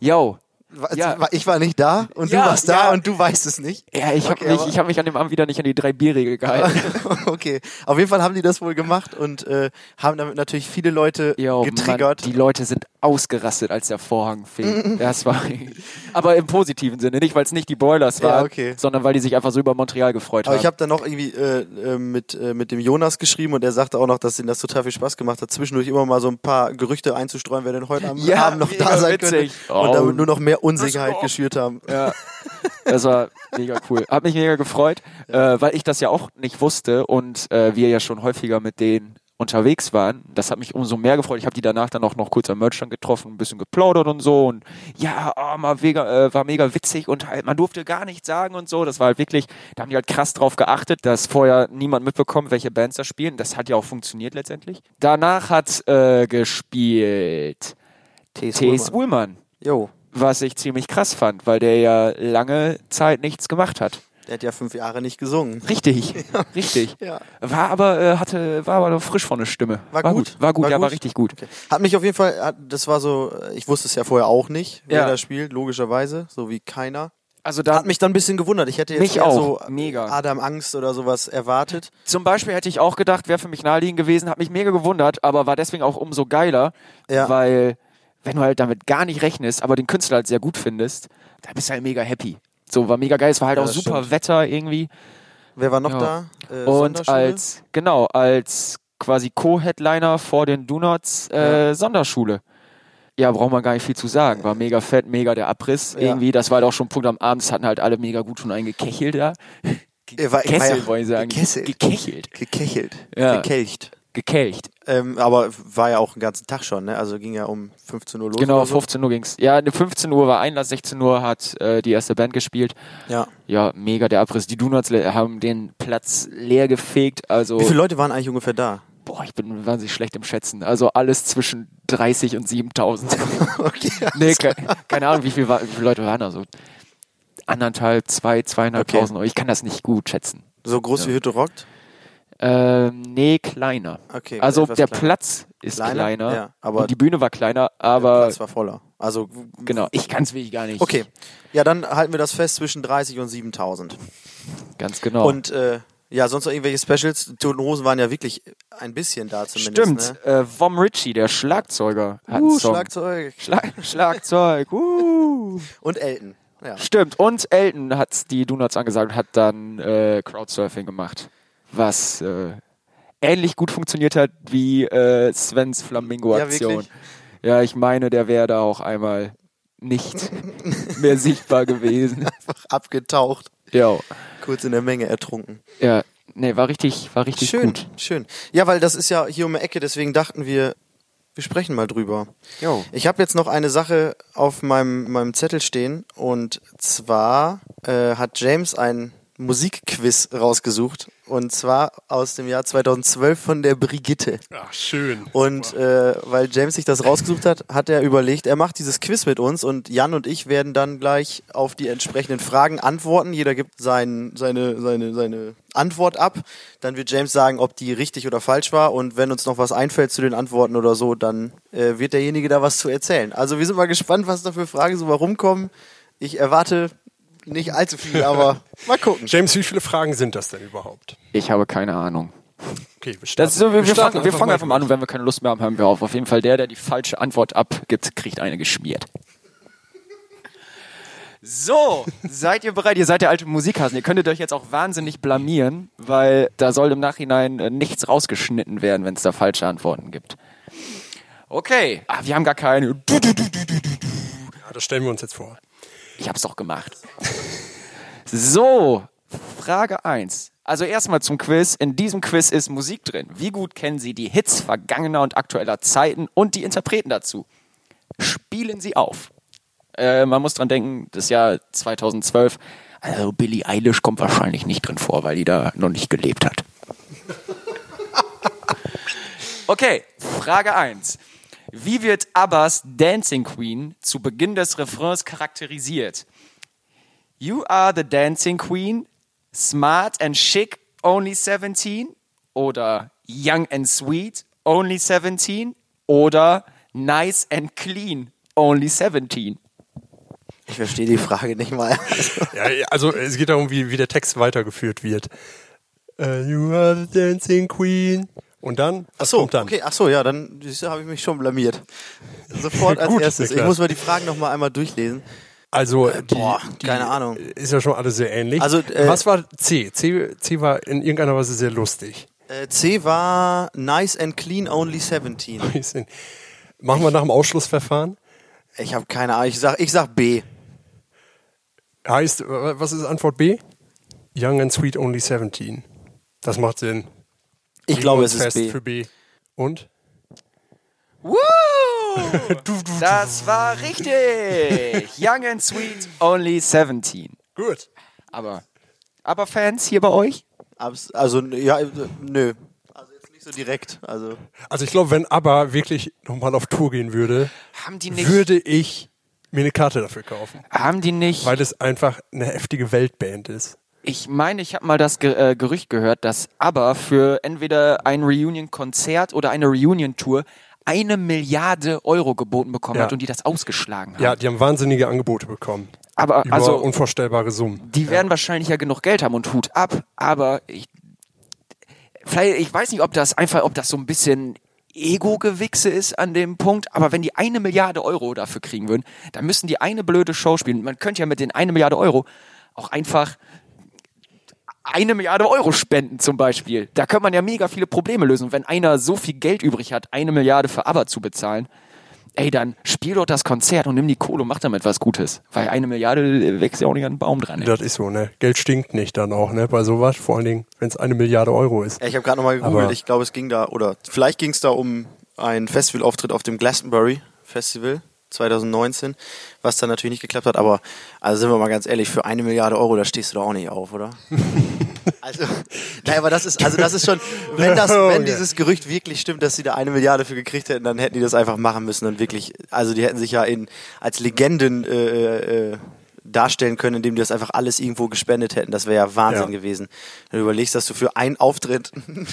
S3: Yo.
S1: Wa-
S3: Ja.
S1: wa- Ich war nicht da und
S3: Ja,
S1: du warst da
S3: ja.
S1: und du weißt es nicht.
S3: Ja, ich
S1: Okay,
S3: habe
S1: aber-
S3: mich, hab mich an dem Abend wieder nicht an die drei Bierregel gehalten.
S1: okay. Auf jeden Fall haben die das wohl gemacht und äh, haben damit natürlich viele Leute
S3: Yo,
S1: getriggert.
S3: Mann, die Leute sind ausgerastet, als der Vorhang fing. das war, aber im positiven Sinne, nicht weil es nicht die Boilers
S1: Ja,
S3: waren,
S1: okay.
S3: sondern weil die sich einfach so über Montreal gefreut
S1: aber
S3: haben.
S1: ich habe dann noch irgendwie äh, äh, mit, äh, mit dem Jonas geschrieben und er sagte auch noch, dass ihm das total viel Spaß gemacht hat, zwischendurch immer mal so ein paar Gerüchte einzustreuen, wer denn heute am
S3: Ja,
S1: Abend noch
S3: mega
S1: da sein
S3: witzig.
S1: könnte.
S3: Oh.
S1: Und damit nur noch mehr Unsicherheit
S3: Disco.
S1: geschürt haben.
S3: Ja. Das war mega cool. Hat mich mega gefreut, äh, weil ich das ja auch nicht wusste und äh, wir ja schon häufiger mit denen unterwegs waren. Das hat mich umso mehr gefreut. Ich habe die danach dann auch noch kurz am Merchstand getroffen, ein bisschen geplaudert und so. Und ja, oh, mal mega, äh, war mega witzig und halt, man durfte gar nichts sagen und so. Das war halt wirklich, da haben die halt krass drauf geachtet, dass vorher niemand mitbekommt, welche Bands da spielen. Das hat ja auch funktioniert letztendlich. Danach hat äh, gespielt T.S. Ullmann
S1: Jo,
S3: was ich ziemlich krass fand, weil der ja lange Zeit nichts gemacht hat.
S1: der hat ja fünf Jahre nicht gesungen.
S3: Richtig, richtig.
S1: Ja.
S3: War aber äh, hatte war aber noch frisch von der Stimme.
S1: War gut?
S3: War gut,
S1: War
S3: ja, war
S1: gut?
S3: richtig gut.
S1: Hat mich auf jeden Fall, hat- das war so, äh, ich wusste es ja vorher auch nicht,
S3: Ja.
S1: wer da spielt, logischerweise, so wie keiner.
S3: Also da
S1: Hat mich dann ein bisschen gewundert. Ich hätte jetzt
S3: Mich
S1: eher
S3: auch.
S1: so
S3: Mega.
S1: Adam Angst oder sowas erwartet.
S3: zum Beispiel hätte ich auch gedacht, wäre für mich naheliegend gewesen, hat mich mega gewundert, aber war deswegen auch umso geiler,
S1: Ja.
S3: weil wenn du halt damit gar nicht rechnest, aber den Künstler halt sehr gut findest, da bist du halt mega happy. So war mega geil, es war halt
S1: Ja,
S3: auch
S1: das
S3: super Wetter irgendwie.
S1: Wer war noch
S3: Ja.
S1: da? Äh,
S3: Und
S1: Sonderschule?
S3: als, genau, als quasi Co-Headliner vor den Donuts äh, Sonderschule. Ja, braucht man gar nicht viel zu sagen. War mega fett, mega der Abriss.
S1: Ja.
S3: Irgendwie, das war halt auch schon ein Punkt am Abend, es hatten halt alle mega gut schon einen gekechelt da.
S1: Äh, war- war
S3: Gekesselt,
S1: ja-
S3: wollte ich sagen.
S1: Gekesselt.
S3: Gekechelt.
S1: Gekechelt.
S3: Ja.
S1: Gekelcht.
S3: Gekelcht.
S1: Ähm, aber war ja auch den ganzen Tag schon, ne? Also ging ja um 15 Uhr los.
S3: Genau,
S1: oder so.
S3: 15 Uhr ging's. Ja, ne, 15 Uhr war Einlass, 16 Uhr hat äh, die erste Band gespielt.
S1: Ja.
S3: Ja, mega der Abriss. Die Donuts le- haben den Platz leer gefegt. Also,
S1: Wie viele Leute waren eigentlich ungefähr da?
S3: boah, ich bin wahnsinnig schlecht im Schätzen. Also alles zwischen 30 und 7000.
S1: Okay.
S3: Nee, ke keine Ahnung, wie, viel war, wie viele Leute waren da so? Anderthalb, zwei, zweieinhalbtausend Euro. Ich kann das nicht gut schätzen.
S1: So groß wie Hütte rockt?
S3: Ähm, nee, kleiner.
S1: Okay,
S3: also
S1: etwas
S3: der
S1: kleiner.
S3: Platz ist kleiner,
S1: Kleiner? Ja, aber-
S3: und die Bühne war kleiner,
S1: Der
S3: aber
S1: Platz war voller. Also,
S3: genau, ich kann es wirklich gar nicht.
S1: okay. Ja, dann halten wir das fest zwischen 30 und 7000.
S3: Ganz genau.
S1: Und, äh, Ja, sonst noch irgendwelche Specials. Toten Hosen waren ja wirklich ein bisschen da zumindest.
S3: Stimmt,
S1: Ne?
S3: äh, Vom Ritchie, der Schlagzeuger, hat einen
S1: Uh,
S3: Song.
S1: Schlagzeug.
S3: Schlag Schlagzeug, uh.
S1: Und Elton. Ja.
S3: Stimmt, und Elton hat die Donuts angesagt und hat dann äh, Crowdsurfing gemacht. Was äh, ähnlich gut funktioniert hat wie äh, Svens
S1: Ja,
S3: Flamingo-Aktion.
S1: wirklich?
S3: Ja, ich meine, der wäre da auch einmal nicht mehr sichtbar gewesen.
S1: Einfach abgetaucht.
S3: Ja,
S1: Kurz in der Menge ertrunken.
S3: ja. Nee, war richtig, war richtig
S1: Schön,
S3: gut.
S1: schön. Ja, weil das ist ja hier um die Ecke, deswegen dachten wir, wir sprechen mal drüber.
S3: Jo.
S1: Ich habe jetzt noch eine Sache auf meinem, meinem Zettel stehen und zwar äh, hat James ein Musikquiz rausgesucht und zwar aus dem Jahr 2012 von der Brigitte.
S2: Ach, schön.
S1: Und äh, weil James sich das rausgesucht hat, hat er überlegt, er macht dieses Quiz mit uns und Jan und ich werden dann gleich auf die entsprechenden Fragen antworten. Jeder gibt sein, seine, seine, seine Antwort ab. Dann wird James sagen, ob die richtig oder falsch war. Und wenn uns noch was einfällt zu den Antworten oder so, dann äh, wird derjenige da was zu erzählen. Also wir sind mal gespannt, was da für Fragen so mal rumkommen. Ich erwarte nicht allzu viel, aber mal gucken.
S2: James, wie viele Fragen sind das denn überhaupt?
S3: Ich habe keine Ahnung.
S2: Okay, wir starten.
S3: Das ist so, wir, wir,
S2: starten
S3: fangen, wir fangen
S2: mal
S3: einfach mal an
S2: durch.
S3: und wenn wir keine Lust mehr haben, hören wir auf. Auf jeden Fall der, der die falsche Antwort abgibt, kriegt eine geschmiert. So, seid ihr bereit? Ihr seid der alte Musikhasen. Ihr könntet euch jetzt auch wahnsinnig blamieren, weil da soll im Nachhinein äh, nichts rausgeschnitten werden, wenn es da falsche Antworten gibt. Okay. Ah, wir haben gar keine.
S2: Ja, das stellen wir uns jetzt vor.
S3: Ich hab's doch gemacht. So, Frage 1. Also erstmal zum Quiz. In diesem Quiz ist Musik drin. Wie gut kennen Sie die Hits vergangener und aktueller Zeiten und die Interpreten dazu? Spielen Sie auf. Äh, man muss dran denken, das Jahr 2012. Also Billie Eilish kommt wahrscheinlich nicht drin vor, weil die da noch nicht gelebt hat. Okay, Frage 1. Wie wird Abbas Dancing Queen zu Beginn des Refrains charakterisiert? You are the Dancing Queen, smart and chic, only 17? Oder young and sweet, only 17? Oder nice and clean, only 17?
S1: Ich verstehe die Frage nicht mal.
S2: Ja, also es geht darum, wie, wie der Text weitergeführt wird. Äh, you are the dancing queen. Und dann? Was
S1: Achso,
S2: kommt dann?
S1: okay, achso, ja, dann habe ich mich schon blamiert. Sofort als
S2: Gut,
S1: erstes. Ich
S2: sehr klar.
S1: muss mal die Fragen nochmal einmal durchlesen.
S2: Also, die,
S1: boah,
S2: die
S1: keine Ahnung.
S2: Ist ja schon alles sehr ähnlich.
S1: Also, äh,
S2: Was war C? C? C war in irgendeiner Weise sehr lustig.
S1: Äh, C war nice and clean only 17.
S2: Bisschen. Machen wir nach dem Ausschlussverfahren?
S1: Ich habe keine Ahnung, ich sag, ich sag B.
S2: Heißt, äh, was ist Antwort B? Young and sweet only 17. Das macht Sinn.
S1: Ich
S2: Legen
S1: glaube,
S2: wir
S1: es
S2: uns
S1: ist
S2: fest
S1: B.
S2: Für B. Und?
S3: Woo! Das war richtig! Young and sweet, only 17.
S2: Gut.
S3: Aber, aber Fans hier bei euch?
S1: Abs also, n- ja, äh, nö. Also jetzt nicht so direkt. Also,
S2: Also ich glaube, wenn ABBA wirklich nochmal auf Tour gehen würde,
S3: Haben die nicht,
S2: würde ich mir eine Karte dafür kaufen.
S3: haben die nicht
S2: Weil es einfach eine heftige Weltband ist.
S3: Ich meine, ich habe mal das Ge äh, Gerücht gehört, dass ABBA für entweder ein Reunion-Konzert oder eine Reunion-Tour eine Milliarde Euro geboten bekommen
S2: Ja.
S3: hat und die das ausgeschlagen haben.
S2: Ja, die haben wahnsinnige Angebote bekommen.
S1: Ah,
S3: aber
S2: Über also,
S3: also,
S2: unvorstellbare Summen.
S3: die werden wahrscheinlich ja genug Geld haben und Hut ab, aber ich, vielleicht, ich weiß nicht, ob das einfach, ob das so ein bisschen Ego-Gewichse ist an dem Punkt, aber wenn die eine Milliarde Euro dafür kriegen würden, dann müssen die eine blöde Show spielen. Man könnte ja mit den eine Milliarde Euro auch einfach eine Milliarde Euro spenden zum Beispiel. Da könnte man ja mega viele Probleme lösen. Und wenn einer so viel Geld übrig hat, eine Milliarde für ABBA zu bezahlen, ey, dann spiel doch das Konzert und nimm die Kohle und mach damit was Gutes. Weil eine Milliarde äh, wächst ja auch nicht an den Baum dran. ey.
S2: Das ist so, ne? Geld stinkt nicht dann auch, ne? Bei sowas, vor allen Dingen, wenn es eine Milliarde Euro ist.
S1: ja, ich habe gerade nochmal gegoogelt.
S2: Aber-
S1: ich glaube, es ging da, oder vielleicht ging es da um einen Festivalauftritt auf dem Glastonbury Festival 2019, was dann natürlich nicht geklappt hat. Aber, also sind wir mal ganz ehrlich, für eine Milliarde Euro, da stehst du doch auch nicht auf, oder? Also, naja, aber das ist, also das ist schon, wenn das,
S2: Oh,
S1: wenn
S2: ja.
S1: dieses Gerücht wirklich stimmt, dass sie da eine Milliarde für gekriegt hätten, dann hätten die das einfach machen müssen und wirklich, also die hätten sich ja in, als Legenden äh, äh, darstellen können, indem die das einfach alles irgendwo gespendet hätten. Das wäre ja Wahnsinn
S2: Ja.
S1: gewesen. Wenn du überlegst, dass du für einen Auftritt,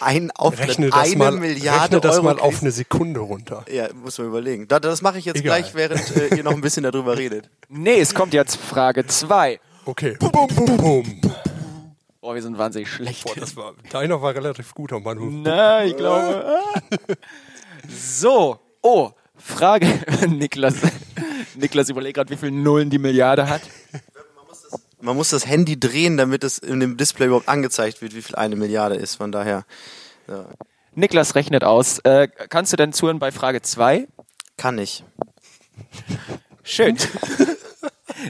S1: einen Auftritt,
S2: Rechne das
S1: eine
S2: mal,
S1: Milliarde
S2: rechne das
S1: Euro
S2: mal auf
S1: kriegst.
S2: eine Sekunde runter.
S1: ja, muss man überlegen. Das, das mache ich jetzt
S2: Egal.
S1: gleich, während äh, ihr noch ein bisschen darüber redet.
S3: Nee, es kommt jetzt Frage 2.
S2: Okay. Bum, bum, bum, bum.
S3: Boah, wir sind wahnsinnig schlecht.
S2: Boah, das war, deiner war relativ guter, Manu.
S3: Na, ich glaube. ah. so, oh, Frage, Niklas. Niklas überlegt gerade, wie viele Nullen die Milliarde hat.
S1: Man muss das Handy drehen, damit es in dem Display überhaupt angezeigt wird, wie viel eine Milliarde ist. Von daher
S3: Niklas rechnet aus. Äh, kannst du denn zuhören bei Frage 2?
S1: kann ich.
S3: Schön.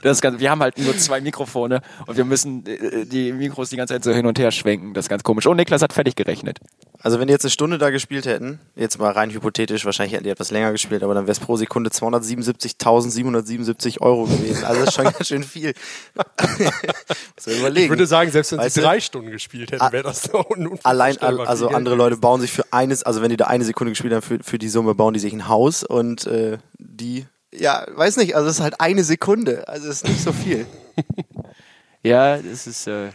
S3: Das ist ganz, wir haben halt nur zwei Mikrofone und wir müssen äh, die Mikros die ganze Zeit so hin und her schwenken. Das ist ganz komisch. Oh, Niklas hat fertig gerechnet.
S1: Also wenn die jetzt eine Stunde da gespielt hätten, jetzt mal rein hypothetisch, wahrscheinlich hätten die etwas länger gespielt, aber dann wäre es pro Sekunde 277.777 Euro gewesen. Also das ist schon ganz schön viel. Muss man überlegen.
S2: Ich würde sagen, selbst wenn
S1: Weißt
S2: sie
S1: du-
S2: drei Stunden gespielt hätten, wäre das doch ein
S1: allein,
S2: unvorstellbar viel
S1: also
S2: Geld
S1: andere Leute bauen sich für eines, also wenn die da eine Sekunde gespielt haben, für, für die Summe bauen die sich ein Haus und äh, die, ja, weiß nicht, also es ist halt eine Sekunde, also es ist nicht so viel.
S3: Ja, das ist äh,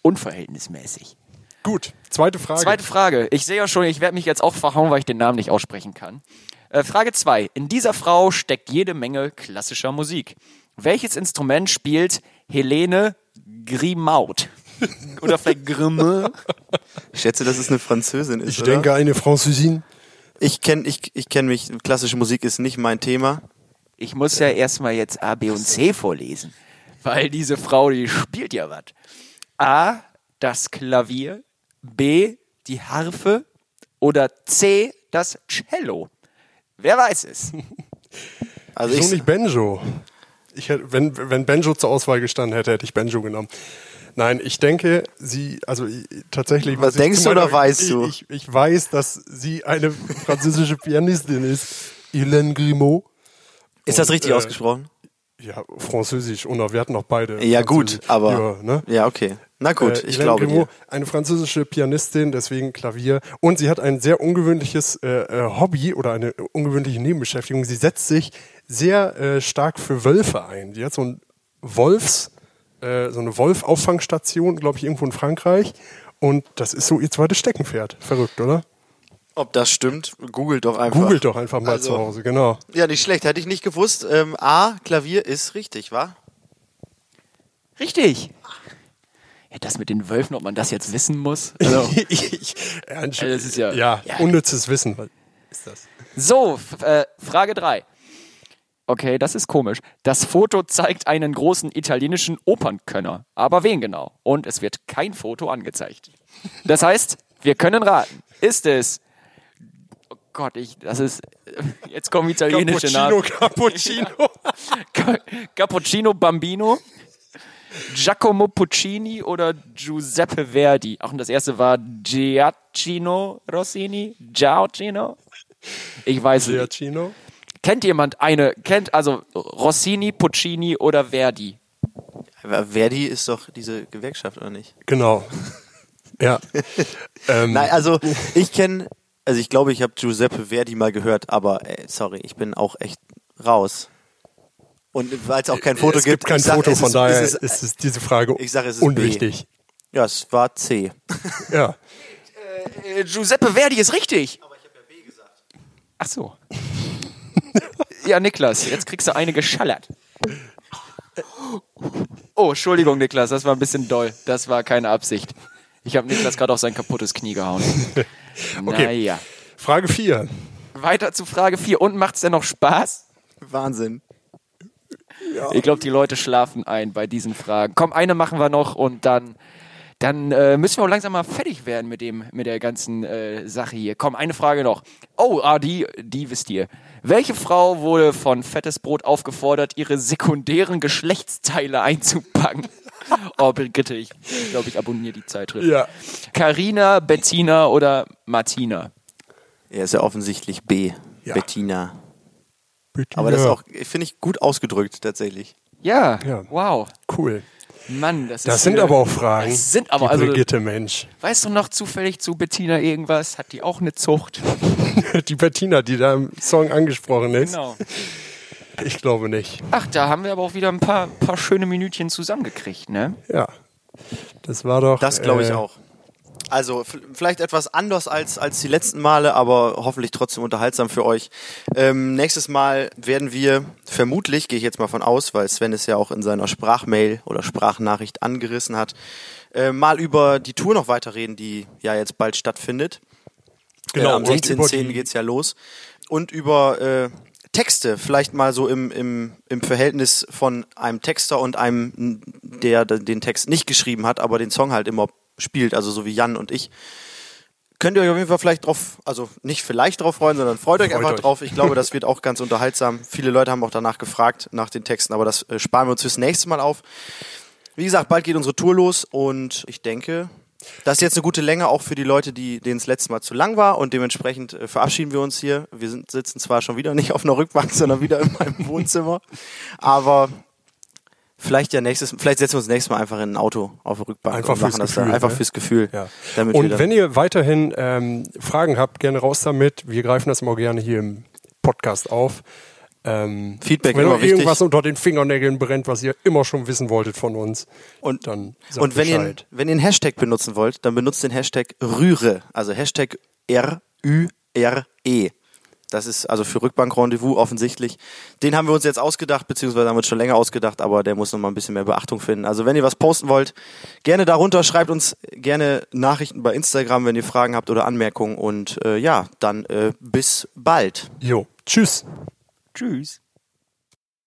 S3: unverhältnismäßig.
S2: Gut, zweite Frage.
S3: Zweite Frage. Ich sehe ja schon, ich werde mich jetzt auch verhauen, weil ich den Namen nicht aussprechen kann. Äh, Frage 2. In dieser Frau steckt jede Menge klassischer Musik. Welches Instrument spielt Helene Grimaud? Oder vielleicht Grimme?
S1: Ich schätze, dass es eine Französin ist.
S2: ich
S1: oder?
S2: denke, eine Französin.
S1: ich kenne ich, ich kenn mich, klassische Musik ist nicht mein Thema.
S3: Ich muss ja erstmal jetzt A, B und C vorlesen, weil diese Frau, die spielt ja was. A, das Klavier, B, die Harfe oder C, das Cello. Wer weiß es?
S1: Also
S2: Wieso
S1: ich,
S2: nicht Benjo? Ich hätte, wenn, wenn Benjo zur Auswahl gestanden hätte, hätte ich Benjo genommen. Nein, ich denke, sie, also ich, tatsächlich.
S1: Was
S2: muss ich
S1: denkst
S2: zu
S1: du oder
S2: meiner-
S1: weißt
S2: ich,
S1: du?
S2: Ich, ich weiß, dass sie eine französische Pianistin ist. Hélène Grimaud.
S1: ist das
S2: Und,
S1: richtig
S2: äh,
S1: ausgesprochen?
S2: Ja, französisch. Und wir hatten noch beide.
S1: Ja gut,
S2: Französisch.
S1: aber, ja,
S2: Ja, ne?
S1: okay. Na gut,
S2: Äh,
S1: ich
S2: Hélène
S1: glaube
S2: Grimaud,
S1: dir.
S2: eine französische Pianistin, deswegen Klavier. Und sie hat ein sehr ungewöhnliches äh, äh, Hobby oder eine ungewöhnliche Nebenbeschäftigung. Sie setzt sich sehr äh, stark für Wölfe ein. Sie hat so ein Wolfs, äh, so eine Wolf-Auffangstation, glaube ich, irgendwo in Frankreich. Und das ist so ihr zweites Steckenpferd. Verrückt, oder?
S1: Ob das stimmt, googelt doch einfach.
S2: Googelt doch einfach mal
S1: Also-
S2: zu Hause, genau.
S1: Ja, nicht schlecht, hätte ich nicht gewusst. Ähm, A, Klavier ist richtig, wa?
S3: Richtig. Ja, das mit den Wölfen, ob man das jetzt wissen muss. Also,
S1: also
S2: Ernst-
S3: das ist ja-
S2: ja,
S3: ja.
S2: unnützes Wissen. Was Ist das?
S3: so, f- äh, Frage 3. Okay, das ist komisch. Das Foto zeigt einen großen italienischen Opernkönner. Aber wen genau? Und es wird kein Foto angezeigt. Das heißt, wir können raten. Ist es. Oh Gott, ich. Das ist. Jetzt kommen italienische
S2: Cappuccino,
S3: Namen.
S2: Cappuccino.
S3: Ca- Cappuccino Bambino, Giacomo Puccini oder Giuseppe Verdi. Ach, und das erste war Giacchino Rossini, Giacchino. Ich weiß nicht.
S2: Cappuccino.
S3: Kennt jemand eine, kennt also Rossini, Puccini oder Verdi?
S1: Aber Verdi ist doch diese Gewerkschaft, oder nicht?
S2: Genau. Ja. ähm,
S1: Nein, also ich kenne, also ich glaube, ich habe Giuseppe Verdi mal gehört, aber ey, sorry, ich bin auch echt raus. Und weil es auch kein Foto
S2: Äh, es gibt kein
S1: ich sag,
S2: Foto,
S1: es
S2: von
S1: ist-
S2: daher
S1: es
S2: ist,
S1: ist,
S2: es diese Frage
S1: Ich sag, es ist
S2: unwichtig.
S1: ja, es war C.
S2: Ja.
S3: Äh, Giuseppe Verdi ist richtig. Aber ich habe ja B gesagt. Ach so. ja, Niklas, jetzt kriegst du eine geschallert. Oh, Entschuldigung, Niklas, das war ein bisschen doll. Das war keine Absicht. Ich habe Niklas gerade auf sein kaputtes Knie gehauen. Naja.
S2: Frage 4.
S3: Weiter zu Frage 4. Und macht's denn noch Spaß?
S1: Wahnsinn.
S3: Ich glaube, die Leute schlafen ein bei diesen Fragen. Komm, eine machen wir noch und dann, dann äh, müssen wir auch langsam mal fertig werden mit, dem, mit der ganzen äh, Sache hier. Komm, eine Frage noch. Oh, ah, die, die wisst ihr. Welche Frau wurde von Fettes Brot aufgefordert, ihre sekundären Geschlechtsteile einzupacken? Oh, Brigitte, ich glaube, ich abonniere die Zeitschrift.
S2: Ja.
S3: Carina, Bettina oder Martina?
S1: Er ist ja offensichtlich B.
S2: Ja.
S1: Bettina.
S2: Bitte.
S1: Aber das ist auch, finde ich, gut ausgedrückt tatsächlich.
S3: Ja,
S2: Ja.
S3: wow.
S2: cool.
S3: Mann, das ist.
S2: Das sind
S1: äh,
S3: wieder-
S2: aber auch Fragen.
S3: Das sind aber
S2: die
S3: also-
S2: Brigitte Mensch.
S3: Weißt du noch zufällig zu Bettina irgendwas? Hat die auch eine Zucht?
S2: Die Bettina, die da im Song angesprochen ist.
S3: Genau.
S2: Ich glaube nicht.
S3: Ach, da haben wir aber auch wieder ein paar, paar schöne Minütchen zusammengekriegt, ne?
S2: Ja. Das war doch.
S1: Das glaube ich
S2: äh,
S1: auch. Also f- vielleicht etwas anders als, als die letzten Male, aber hoffentlich trotzdem unterhaltsam für euch. Ähm, nächstes Mal werden wir vermutlich, gehe ich jetzt mal von aus, weil Sven es ja auch in seiner Sprachmail oder Sprachnachricht angerissen hat, äh, mal über die Tour noch weiterreden, die ja jetzt bald stattfindet. Genau, äh, am
S2: und über
S1: 16.10.
S2: die-
S1: geht's ja los. Und über äh, Texte, vielleicht mal so im, im, im Verhältnis von einem Texter und einem, der d- den Text nicht geschrieben hat, aber den Song halt immer spielt, also so wie Jan und ich. Könnt ihr euch auf jeden Fall vielleicht drauf, also nicht vielleicht drauf freuen, sondern freut euch
S2: Freut
S1: einfach
S2: euch.
S1: drauf. Ich glaube, das wird auch ganz unterhaltsam. Viele Leute haben auch danach gefragt, nach den Texten, aber das äh, sparen wir uns fürs nächste Mal auf. Wie gesagt, bald geht unsere Tour los und ich denke, das ist jetzt eine gute Länge auch für die Leute, die denen es letztes Mal zu lang war und dementsprechend äh, verabschieden wir uns hier. Wir sind, sitzen zwar schon wieder nicht auf einer Rückbank, sondern wieder in meinem Wohnzimmer, aber vielleicht ja nächstes, vielleicht setzen wir uns nächstes Mal einfach in ein Auto auf eine Rückbank
S2: Einfach
S1: und machen
S2: fürs
S1: das
S2: Gefühl,
S1: da, einfach
S2: ne?
S1: fürs Gefühl.
S2: Ja.
S1: Damit wir
S2: Und
S1: dann-
S2: wenn ihr weiterhin ähm, Fragen habt, gerne raus damit. Wir greifen das mal gerne hier im Podcast auf. Ähm,
S1: Feedback
S2: wenn
S1: immer
S2: euch irgendwas
S1: wichtig.
S2: unter den Fingernägeln brennt, was ihr immer schon wissen wolltet von uns.
S1: Und,
S2: dann sagt
S1: und wenn, ihr,
S2: Bescheid.
S1: wenn ihr einen Hashtag benutzen wollt, dann benutzt den Hashtag Rühre. Also Hashtag R-Ü-R-E. E. Das ist also für Rückbank-Rendezvous offensichtlich. Den haben wir uns jetzt ausgedacht, beziehungsweise haben wir uns schon länger ausgedacht, aber der muss nochmal ein bisschen mehr Beachtung finden. Also wenn ihr was posten wollt, gerne darunter, schreibt uns gerne Nachrichten bei Instagram, wenn ihr Fragen habt oder Anmerkungen. Und äh, ja, dann äh, bis bald.
S2: Jo, tschüss.
S3: Tschüss.